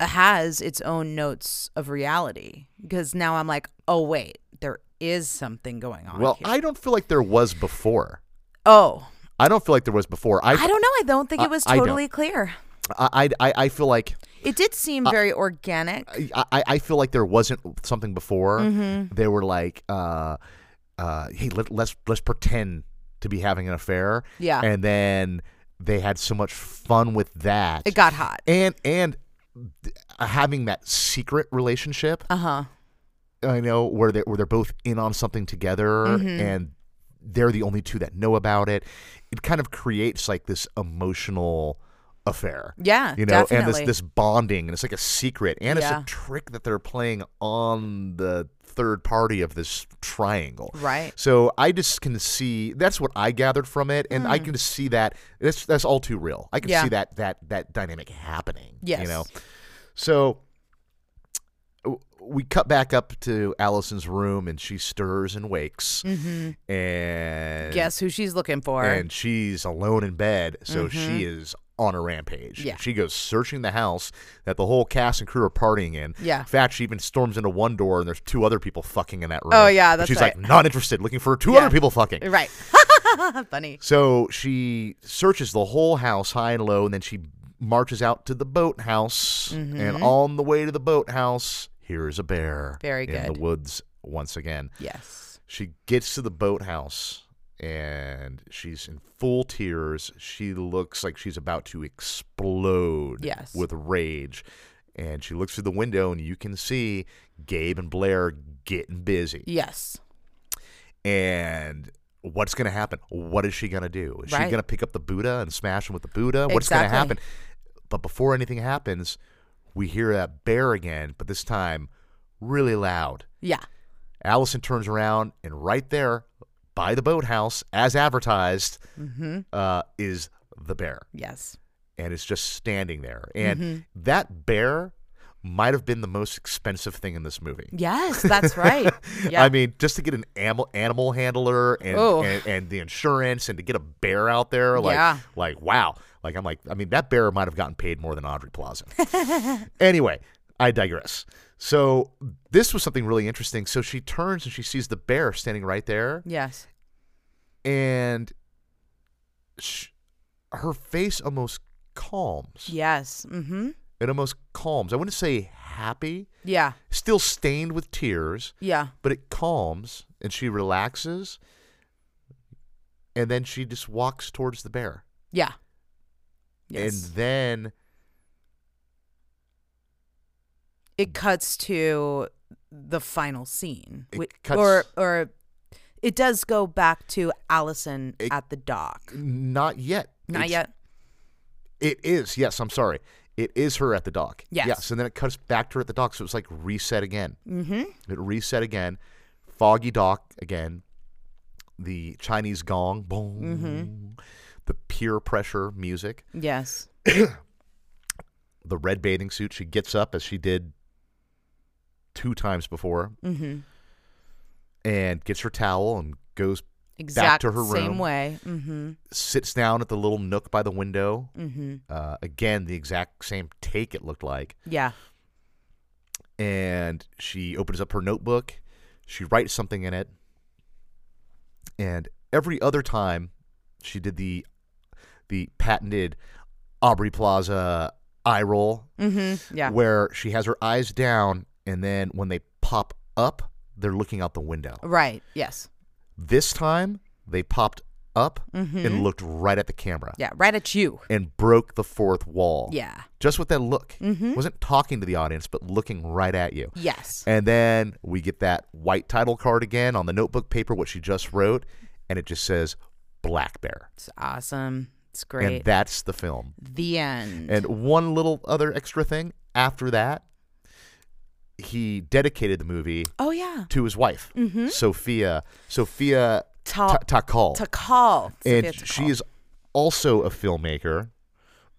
[SPEAKER 3] uh, has its own notes of reality because now I'm like, oh wait, there is something going on.
[SPEAKER 1] Well,
[SPEAKER 3] here.
[SPEAKER 1] I don't feel like there was before.
[SPEAKER 3] oh,
[SPEAKER 1] I don't feel like there was before. I
[SPEAKER 3] I don't know. I don't think
[SPEAKER 1] I-
[SPEAKER 3] it was
[SPEAKER 1] I don't.
[SPEAKER 3] totally clear.
[SPEAKER 1] I I, I feel like
[SPEAKER 3] It did seem very organic.
[SPEAKER 1] I, I- I feel like there wasn't something before.
[SPEAKER 3] Mm-hmm.
[SPEAKER 1] They were like, uh, uh, hey, let, let's let's pretend to be having an affair.
[SPEAKER 3] Yeah.
[SPEAKER 1] and then they had so much fun with that.
[SPEAKER 3] It got hot.
[SPEAKER 1] and and th- uh, having that secret relationship.
[SPEAKER 3] Uh huh. Uh-huh.
[SPEAKER 1] I know where they where they're both in on something together
[SPEAKER 3] Mm-hmm.
[SPEAKER 1] and they're the only two that know about it. It kind of creates like this emotional affair.
[SPEAKER 3] Yeah,
[SPEAKER 1] You know, and this
[SPEAKER 3] definitely.
[SPEAKER 1] this bonding and it's like a secret and
[SPEAKER 3] Yeah.
[SPEAKER 1] it's a trick that they're playing on the third party of this triangle.
[SPEAKER 3] Right.
[SPEAKER 1] So I just can see that's what I gathered from it and I can just see that that's that's all too real. I can
[SPEAKER 3] Mm. Yeah.
[SPEAKER 1] see that that that dynamic happening.
[SPEAKER 3] Yes.
[SPEAKER 1] You know. So w- we cut back up to Allison's room, and she stirs and wakes, and
[SPEAKER 3] Mm-hmm. Guess who she's looking for?
[SPEAKER 1] and she's alone in bed, so she is on a rampage.
[SPEAKER 3] Mm-hmm. Yeah.
[SPEAKER 1] she goes searching the house that the whole cast and crew are partying in.
[SPEAKER 3] Yeah.
[SPEAKER 1] in fact, she even storms into one door, and there's two other people fucking in that room.
[SPEAKER 3] Oh, yeah,
[SPEAKER 1] But
[SPEAKER 3] that's
[SPEAKER 1] she's
[SPEAKER 3] right.
[SPEAKER 1] like not interested, looking for two other people fucking.
[SPEAKER 3] right. Funny.
[SPEAKER 1] So she searches the whole house high and low, and then she marches out to the boathouse.
[SPEAKER 3] Mm-hmm.
[SPEAKER 1] And on the way to the boathouse, here's a bear.
[SPEAKER 3] Very
[SPEAKER 1] In
[SPEAKER 3] good.
[SPEAKER 1] the woods once again.
[SPEAKER 3] Yes.
[SPEAKER 1] She gets to the boathouse and she's in full tears. She looks like she's about to explode
[SPEAKER 3] Yes.
[SPEAKER 1] with rage. and she looks through the window, and you can see Gabe and Blair getting busy.
[SPEAKER 3] Yes.
[SPEAKER 1] And what's going to happen? What is she going to do? Is she
[SPEAKER 3] Right.
[SPEAKER 1] going to pick up the Buddha and smash him with the Buddha? What's going to
[SPEAKER 3] Exactly.
[SPEAKER 1] happen? But before anything happens, we hear that bear again, but this time really loud.
[SPEAKER 3] Yeah.
[SPEAKER 1] Allison turns around, and right there by the boathouse, as advertised, uh, is the bear.
[SPEAKER 3] Yes.
[SPEAKER 1] And it's just standing there. And that bear might have been the most expensive thing in this movie.
[SPEAKER 3] Yes, that's right. Yeah.
[SPEAKER 1] I mean, just to get an animal animal handler and,
[SPEAKER 3] Oh.
[SPEAKER 1] and and the insurance and to get a bear out there, like
[SPEAKER 3] Yeah.
[SPEAKER 1] like wow, like I'm like I mean that bear might have gotten paid more than Audrey Plaza. anyway, I digress. So this was something really interesting. So she turns and she sees the bear standing right there,
[SPEAKER 3] yes.
[SPEAKER 1] and sh- her face almost calms.
[SPEAKER 3] Yes. Mm-hmm.
[SPEAKER 1] It almost calms. I wouldn't say happy,
[SPEAKER 3] Yeah.
[SPEAKER 1] still stained with tears
[SPEAKER 3] Yeah.
[SPEAKER 1] but it calms and she relaxes and then she just walks towards the bear
[SPEAKER 3] Yeah. Yes.
[SPEAKER 1] and then
[SPEAKER 3] it cuts to the final scene,
[SPEAKER 1] It
[SPEAKER 3] whi-
[SPEAKER 1] cuts-
[SPEAKER 3] or or it does go back to Allison
[SPEAKER 1] It-
[SPEAKER 3] at the dock.
[SPEAKER 1] not yet
[SPEAKER 3] Not
[SPEAKER 1] It's-
[SPEAKER 3] yet.
[SPEAKER 1] it is yes i'm sorry it is her at the dock
[SPEAKER 3] Yes.
[SPEAKER 1] yes and then it cuts back to her at the dock so it's like reset again
[SPEAKER 3] Mm-hmm.
[SPEAKER 1] it reset again foggy dock again the chinese gong boom
[SPEAKER 3] Mm-hmm.
[SPEAKER 1] the peer pressure music
[SPEAKER 3] Yes.
[SPEAKER 1] the red bathing suit she gets up as she did two times before
[SPEAKER 3] Mm-hmm.
[SPEAKER 1] and gets her towel and goes
[SPEAKER 3] Exact
[SPEAKER 1] her room.
[SPEAKER 3] same way. Mm-hmm.
[SPEAKER 1] sits down at the little nook by the window.
[SPEAKER 3] Mm-hmm.
[SPEAKER 1] Uh, again, the exact same take it looked like.
[SPEAKER 3] Yeah.
[SPEAKER 1] And she opens up her notebook. She writes something in it. And every other time, she did the the patented Aubrey Plaza eye roll,
[SPEAKER 3] Mm-hmm. Yeah.
[SPEAKER 1] where she has her eyes down, and then when they pop up, they're looking out the window.
[SPEAKER 3] Right. Yes.
[SPEAKER 1] This time, they popped up and looked right at the camera
[SPEAKER 3] Mm-hmm. Yeah. Right at you.
[SPEAKER 1] and broke the fourth wall.
[SPEAKER 3] Yeah. Mm-hmm.
[SPEAKER 1] just with that look. Wasn't talking to the audience, but looking right at you.
[SPEAKER 3] Yes.
[SPEAKER 1] And then we get that white title card again on the notebook paper, what she just wrote, and it just says Black Bear.
[SPEAKER 3] It's awesome. It's great. Mm.
[SPEAKER 1] And that's the film.
[SPEAKER 3] the end.
[SPEAKER 1] And one little other extra thing after that, he dedicated the movie
[SPEAKER 3] oh yeah.
[SPEAKER 1] to his wife, Sophia. Sophia Ta-
[SPEAKER 3] Mm-hmm. Oh, Ta-
[SPEAKER 1] Takal.
[SPEAKER 3] to call.
[SPEAKER 1] and she is also a filmmaker.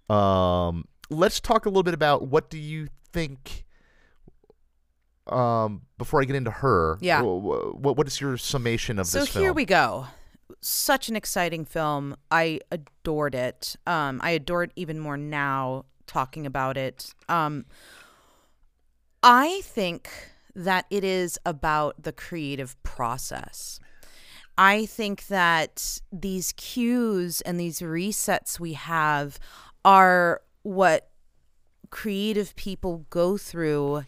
[SPEAKER 1] Um, let's talk a little bit about what do you think. Um, before I get into her,
[SPEAKER 3] Yeah.
[SPEAKER 1] what what is your summation of
[SPEAKER 3] so
[SPEAKER 1] this
[SPEAKER 3] here
[SPEAKER 1] film?
[SPEAKER 3] we go such an exciting film i adored it um i adore it even more now talking about it um i think that it is about the creative process i think that these cues and these resets we have are what creative people go through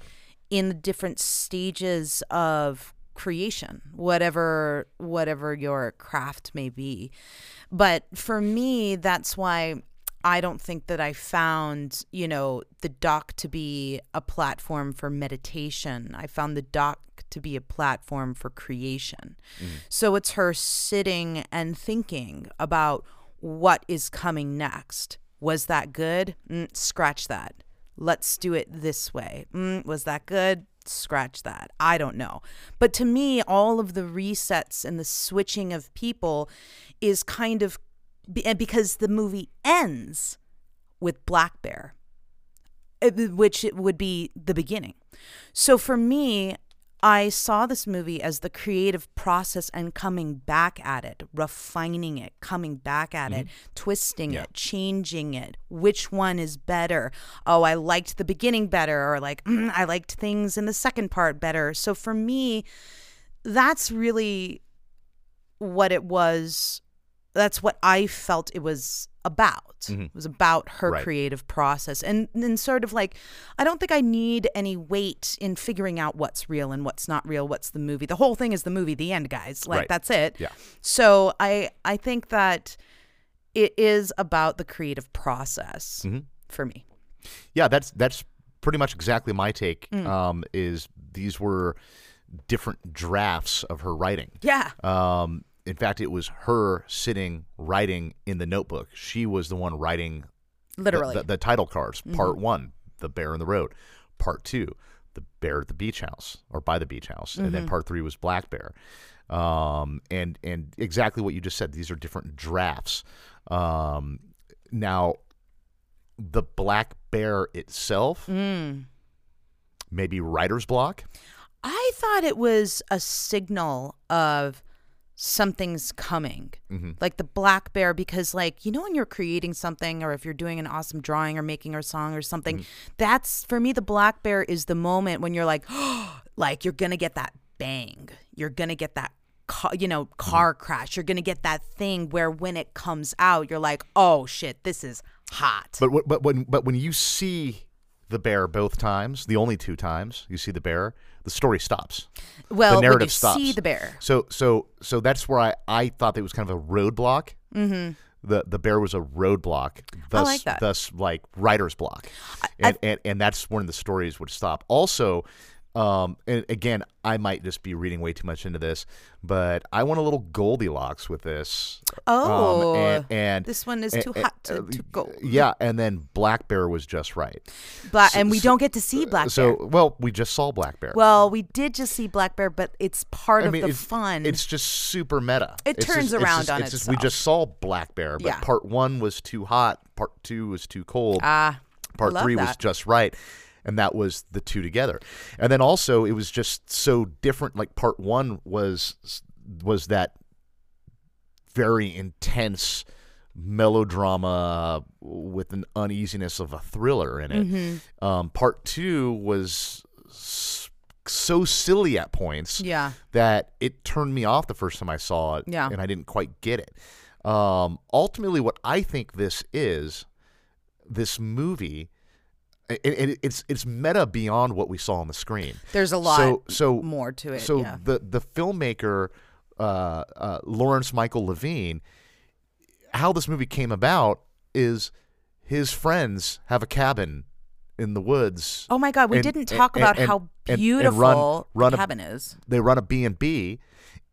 [SPEAKER 3] in the different stages of creation whatever whatever your craft may be but for me that's why i don't think that i found you know the doc to be a platform for meditation i found the doc to be a platform for creation so it's her sitting and thinking about what is coming next was that good mm, scratch that let's do it this way. Mm, was that good? Scratch that. I don't know. But to me, all of the resets and the switching of people is kind of be- and because the movie ends with Black Bear, eh, which it would be the beginning. So for me, I saw this movie as the creative process and coming back at it, refining it, coming back at it, twisting
[SPEAKER 1] Yeah.
[SPEAKER 3] it, changing it. Which one is better? Oh, I liked the beginning better, or like, mm, I liked things in the second part better. So for me, that's really what it was. That's what I felt it was about. It was about her
[SPEAKER 1] Mm-hmm. Right.
[SPEAKER 3] creative process. And then, sort of like, I don't think I need any weight in figuring out what's real and what's not real, what's the movie. The whole thing is the movie, the end, guys. Like,
[SPEAKER 1] Right.
[SPEAKER 3] that's it.
[SPEAKER 1] Yeah.
[SPEAKER 3] So I, I think that
[SPEAKER 1] Mm-hmm.
[SPEAKER 3] it is about the creative process for me.
[SPEAKER 1] yeah, that's that's pretty much exactly my take.
[SPEAKER 3] Mm.
[SPEAKER 1] Um, is these were different drafts of her writing.
[SPEAKER 3] Yeah.
[SPEAKER 1] Um, in fact, it was her sitting writing in the notebook. She was the one writing the-
[SPEAKER 3] Literally.
[SPEAKER 1] the, the title cards. Part one, the bear in the road. Part two, the bear at the beach house or by the beach house, and then part three was black bear. Um, and and exactly what you just said. These are different drafts. Um, now, the black bear itself, maybe writer's block.
[SPEAKER 3] I thought it was a signal of something's coming,
[SPEAKER 1] Mm-hmm.
[SPEAKER 3] like the black bear, because, like, you know, when you're creating something or if you're doing an awesome drawing or making a song or something,
[SPEAKER 1] Mm-hmm.
[SPEAKER 3] that's for me, the black bear is the moment when you're like, like, you're going to get that bang, you're going to get that. ca- You know,
[SPEAKER 1] Mm-hmm.
[SPEAKER 3] car crash. You're gonna get that thing where when it comes out, you're like, "Oh shit, this is hot."
[SPEAKER 1] But wh- but when but when you see the bear both times, the only two times you see the bear, the story stops.
[SPEAKER 3] well,
[SPEAKER 1] the
[SPEAKER 3] when
[SPEAKER 1] narrative
[SPEAKER 3] you
[SPEAKER 1] stops.
[SPEAKER 3] see the bear,
[SPEAKER 1] So so so that's where I I thought that it was kind of a roadblock. Mm-hmm. The the bear was a roadblock. Thus,
[SPEAKER 3] like that.
[SPEAKER 1] Thus, like writer's block, and, and and that's when the stories would stop. Also. Um, and again, I might just be reading way too much into this, but I want a little Goldilocks with this.
[SPEAKER 3] Oh,
[SPEAKER 1] um, and, uh, and
[SPEAKER 3] this one is
[SPEAKER 1] and-
[SPEAKER 3] too
[SPEAKER 1] and-
[SPEAKER 3] hot to- to go.
[SPEAKER 1] Yeah, and then Black Bear was just right.
[SPEAKER 3] Black, and we don't get to see black
[SPEAKER 1] So,
[SPEAKER 3] bear.
[SPEAKER 1] well, we just saw Black Bear.
[SPEAKER 3] Well, we did just see black bear, but it's part
[SPEAKER 1] I
[SPEAKER 3] of
[SPEAKER 1] mean,
[SPEAKER 3] the
[SPEAKER 1] it's,
[SPEAKER 3] fun.
[SPEAKER 1] It's just super meta.
[SPEAKER 3] It
[SPEAKER 1] It's
[SPEAKER 3] turns
[SPEAKER 1] just- it's
[SPEAKER 3] around
[SPEAKER 1] just-
[SPEAKER 3] on
[SPEAKER 1] it's just- we
[SPEAKER 3] itself.
[SPEAKER 1] just saw Black Bear, but
[SPEAKER 3] Yeah.
[SPEAKER 1] part one was too hot, part two was too cold,
[SPEAKER 3] ah,
[SPEAKER 1] part
[SPEAKER 3] love
[SPEAKER 1] three was
[SPEAKER 3] that.
[SPEAKER 1] just right. And that was the two together. And then also, it was just so different. Like part one was was that very intense melodrama with an uneasiness of a thriller in it.
[SPEAKER 3] Mm-hmm.
[SPEAKER 1] Um, part two was s- so silly at points
[SPEAKER 3] yeah,
[SPEAKER 1] that it turned me off the first time I saw it,
[SPEAKER 3] Yeah.
[SPEAKER 1] and I didn't quite get it. Um, ultimately, what I think this is, this movie, and and it's it's meta beyond what we saw on the screen.
[SPEAKER 3] there's a lot
[SPEAKER 1] So so
[SPEAKER 3] more to it.
[SPEAKER 1] so
[SPEAKER 3] yeah.
[SPEAKER 1] the the filmmaker uh, uh, Lawrence Michael Levine, how this movie came about is his friends have a cabin in the woods.
[SPEAKER 3] Oh my God, we
[SPEAKER 1] and-
[SPEAKER 3] didn't
[SPEAKER 1] and-
[SPEAKER 3] talk about
[SPEAKER 1] and-
[SPEAKER 3] how
[SPEAKER 1] and- and
[SPEAKER 3] beautiful
[SPEAKER 1] run,
[SPEAKER 3] the
[SPEAKER 1] run a
[SPEAKER 3] cabin is.
[SPEAKER 1] they run a b&b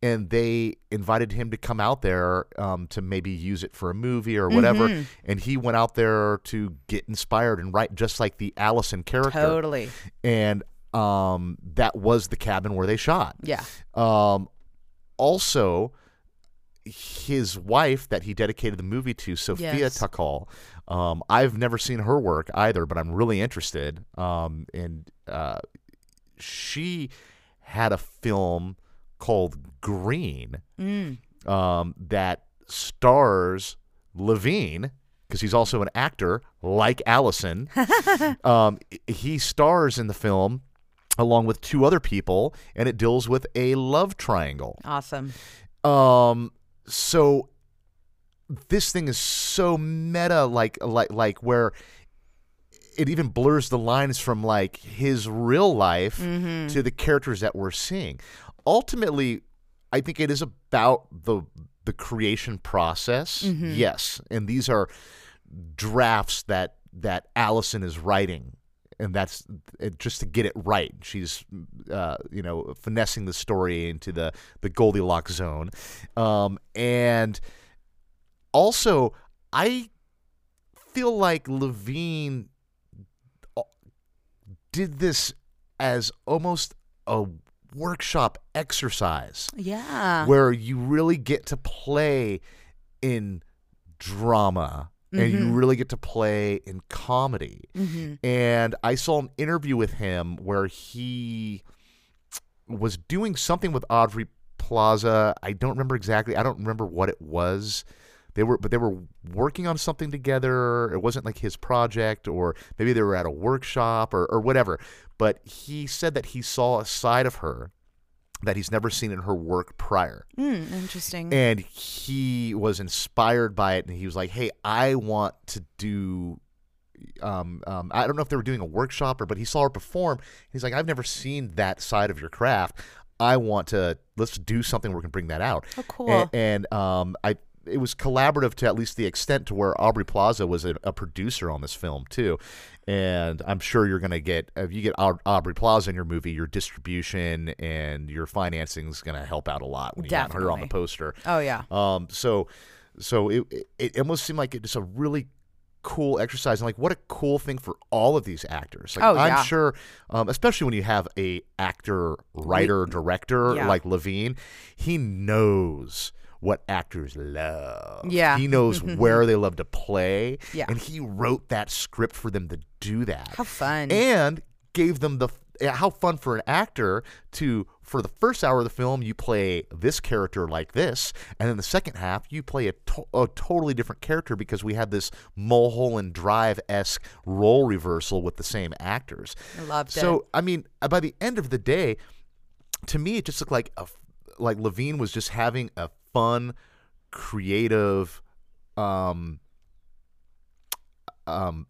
[SPEAKER 1] and they invited him to come out there um, to maybe use it for a movie or whatever and he went out there to get inspired and write just like the allison character
[SPEAKER 3] Totally,
[SPEAKER 1] and um, that was the cabin where they shot
[SPEAKER 3] yeah.
[SPEAKER 1] um, also his wife that he dedicated the movie to sophia
[SPEAKER 3] Yes.
[SPEAKER 1] tuckall um, i've never seen her work either but i'm really interested um, and uh, she had a film called green um, that stars levine because he's also an actor like allison um, he stars in the film along with two other people and it deals with a love triangle
[SPEAKER 3] Awesome.
[SPEAKER 1] um, so this thing is so meta, like like like where it even blurs the lines from like his real life to the characters that we're seeing. Ultimately, I think it is about the the creation process. Yes, and these are drafts that that Allison is writing. And that's it, just to get it right. She's, uh, you know, finessing the story into the the Goldilocks zone, um, and also I feel like Levine uh, did this as almost a workshop exercise
[SPEAKER 3] Yeah.
[SPEAKER 1] where you really get to play in drama and
[SPEAKER 3] Mm-hmm.
[SPEAKER 1] you really get to play in comedy. And I saw an interview with him where he was doing something with Audrey Plaza. I don't remember exactly. I don't remember what it was. They were but they were working on something together. It wasn't like his project or maybe they were at a workshop or, or whatever. But he said that he saw a side of her that he's never seen in her work prior.
[SPEAKER 3] Mm, interesting.
[SPEAKER 1] And he was inspired by it, and he was like, "Hey, I want to do." Um, um, I don't know if they were doing a workshop or, but he saw her perform. He's like, "I've never seen that side of your craft. I want to. Let's do something where we can bring that out."
[SPEAKER 3] Oh, cool.
[SPEAKER 1] A- And, um, I it was collaborative to at least the extent to where Aubrey Plaza was a, a producer on this film too, and I'm sure you're gonna get if you get Au- Aubrey Plaza in your movie, your distribution and your financing is gonna help out a lot when you got her on the
[SPEAKER 3] Definitely.
[SPEAKER 1] poster.
[SPEAKER 3] Oh yeah.
[SPEAKER 1] Um, so, so it, it it almost seemed like it's a really cool exercise and like what a cool thing for all of these actors. Like,
[SPEAKER 3] Oh,
[SPEAKER 1] I'm
[SPEAKER 3] yeah.
[SPEAKER 1] sure, um, especially when you have a actor, writer, director
[SPEAKER 3] yeah.
[SPEAKER 1] like Levine, he knows what actors love.
[SPEAKER 3] Yeah.
[SPEAKER 1] he knows where they love to play.
[SPEAKER 3] Yeah.
[SPEAKER 1] and he wrote that script for them to do that
[SPEAKER 3] How fun.
[SPEAKER 1] and gave them the yeah, how fun for an actor to for the first hour of the film you play this character like this and then the second half you play a, to- a totally different character because we had this mulholland drive-esque role reversal with the same actors
[SPEAKER 3] I loved it.
[SPEAKER 1] so i mean uh, by the end of the day to me it just looked like a f- like levine was just having a fun creative um um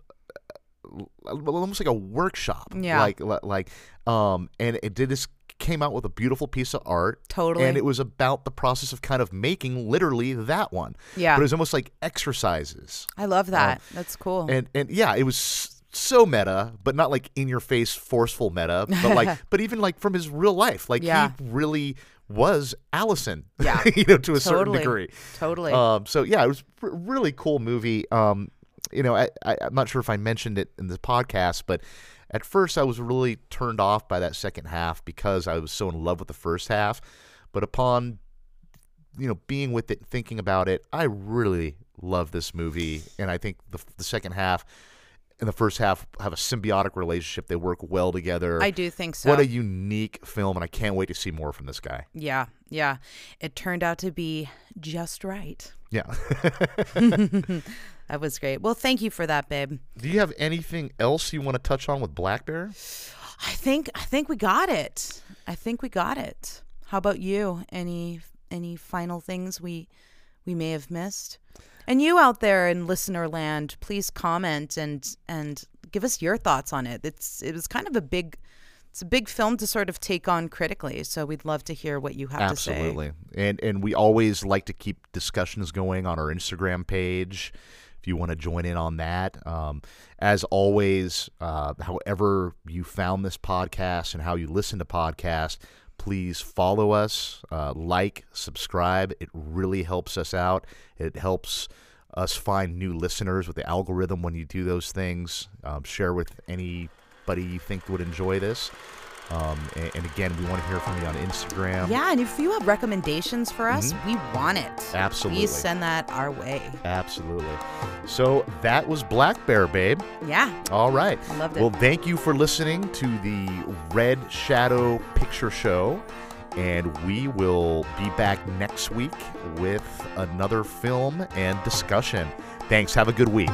[SPEAKER 1] uh, l- almost like a workshop
[SPEAKER 3] Yeah.
[SPEAKER 1] like li- like um and it did this came out with a beautiful piece of art
[SPEAKER 3] Totally.
[SPEAKER 1] and it was about the process of kind of making literally that one
[SPEAKER 3] Yeah.
[SPEAKER 1] but it was almost like exercises
[SPEAKER 3] I love that. That's cool.
[SPEAKER 1] and and yeah, it was s- so meta, but not like in your face forceful meta, but like but even like from his real life, like
[SPEAKER 3] Yeah.
[SPEAKER 1] he really was Allison,
[SPEAKER 3] Yeah.
[SPEAKER 1] you know, to a certain
[SPEAKER 3] Totally.
[SPEAKER 1] degree.
[SPEAKER 3] Totally.
[SPEAKER 1] Um, so yeah, it was r- really cool movie. Um, you know, I, I I'm not sure if I mentioned it in the podcast, but at first I was really turned off by that second half because I was so in love with the first half, but upon you know being with it, thinking about it, I really love this movie, and I think the the second half and the first half have a symbiotic relationship. They work well together.
[SPEAKER 3] I do think so.
[SPEAKER 1] What a unique film, and I can't wait to see more from this guy.
[SPEAKER 3] yeah. Yeah. It turned out to be just right.
[SPEAKER 1] Yeah.
[SPEAKER 3] That was great. Well, thank you for that, babe.
[SPEAKER 1] do you have anything else you want to touch on with Black Bear?
[SPEAKER 3] I think I think we got it. I think we got it. How about you? Any any final things we we may have missed? And you out there in listener land, please comment and and give us your thoughts on it. It's it was kind of a big it's a big film to sort of take on critically, so we'd love to hear what you have to say.
[SPEAKER 1] Absolutely. And and we always like to keep discussions going on our Instagram page. If you want to join in on that, um, as always, uh, however you found this podcast and how you listen to podcasts, please follow us, uh, like, subscribe. It really helps us out. It helps us find new listeners with the algorithm when you do those things. Um, share with anybody you think would enjoy this. Um, a- and, again, we want to hear from you on Instagram.
[SPEAKER 3] Yeah, and if you have recommendations for us, we want it.
[SPEAKER 1] Absolutely.
[SPEAKER 3] Please send that our way.
[SPEAKER 1] Absolutely. So that was Black Bear, babe.
[SPEAKER 3] Yeah.
[SPEAKER 1] All right.
[SPEAKER 3] I loved it.
[SPEAKER 1] Well, thank you for listening to the Red Shadow Picture Show. And we will be back next week with another film and discussion. Thanks. Have a good week.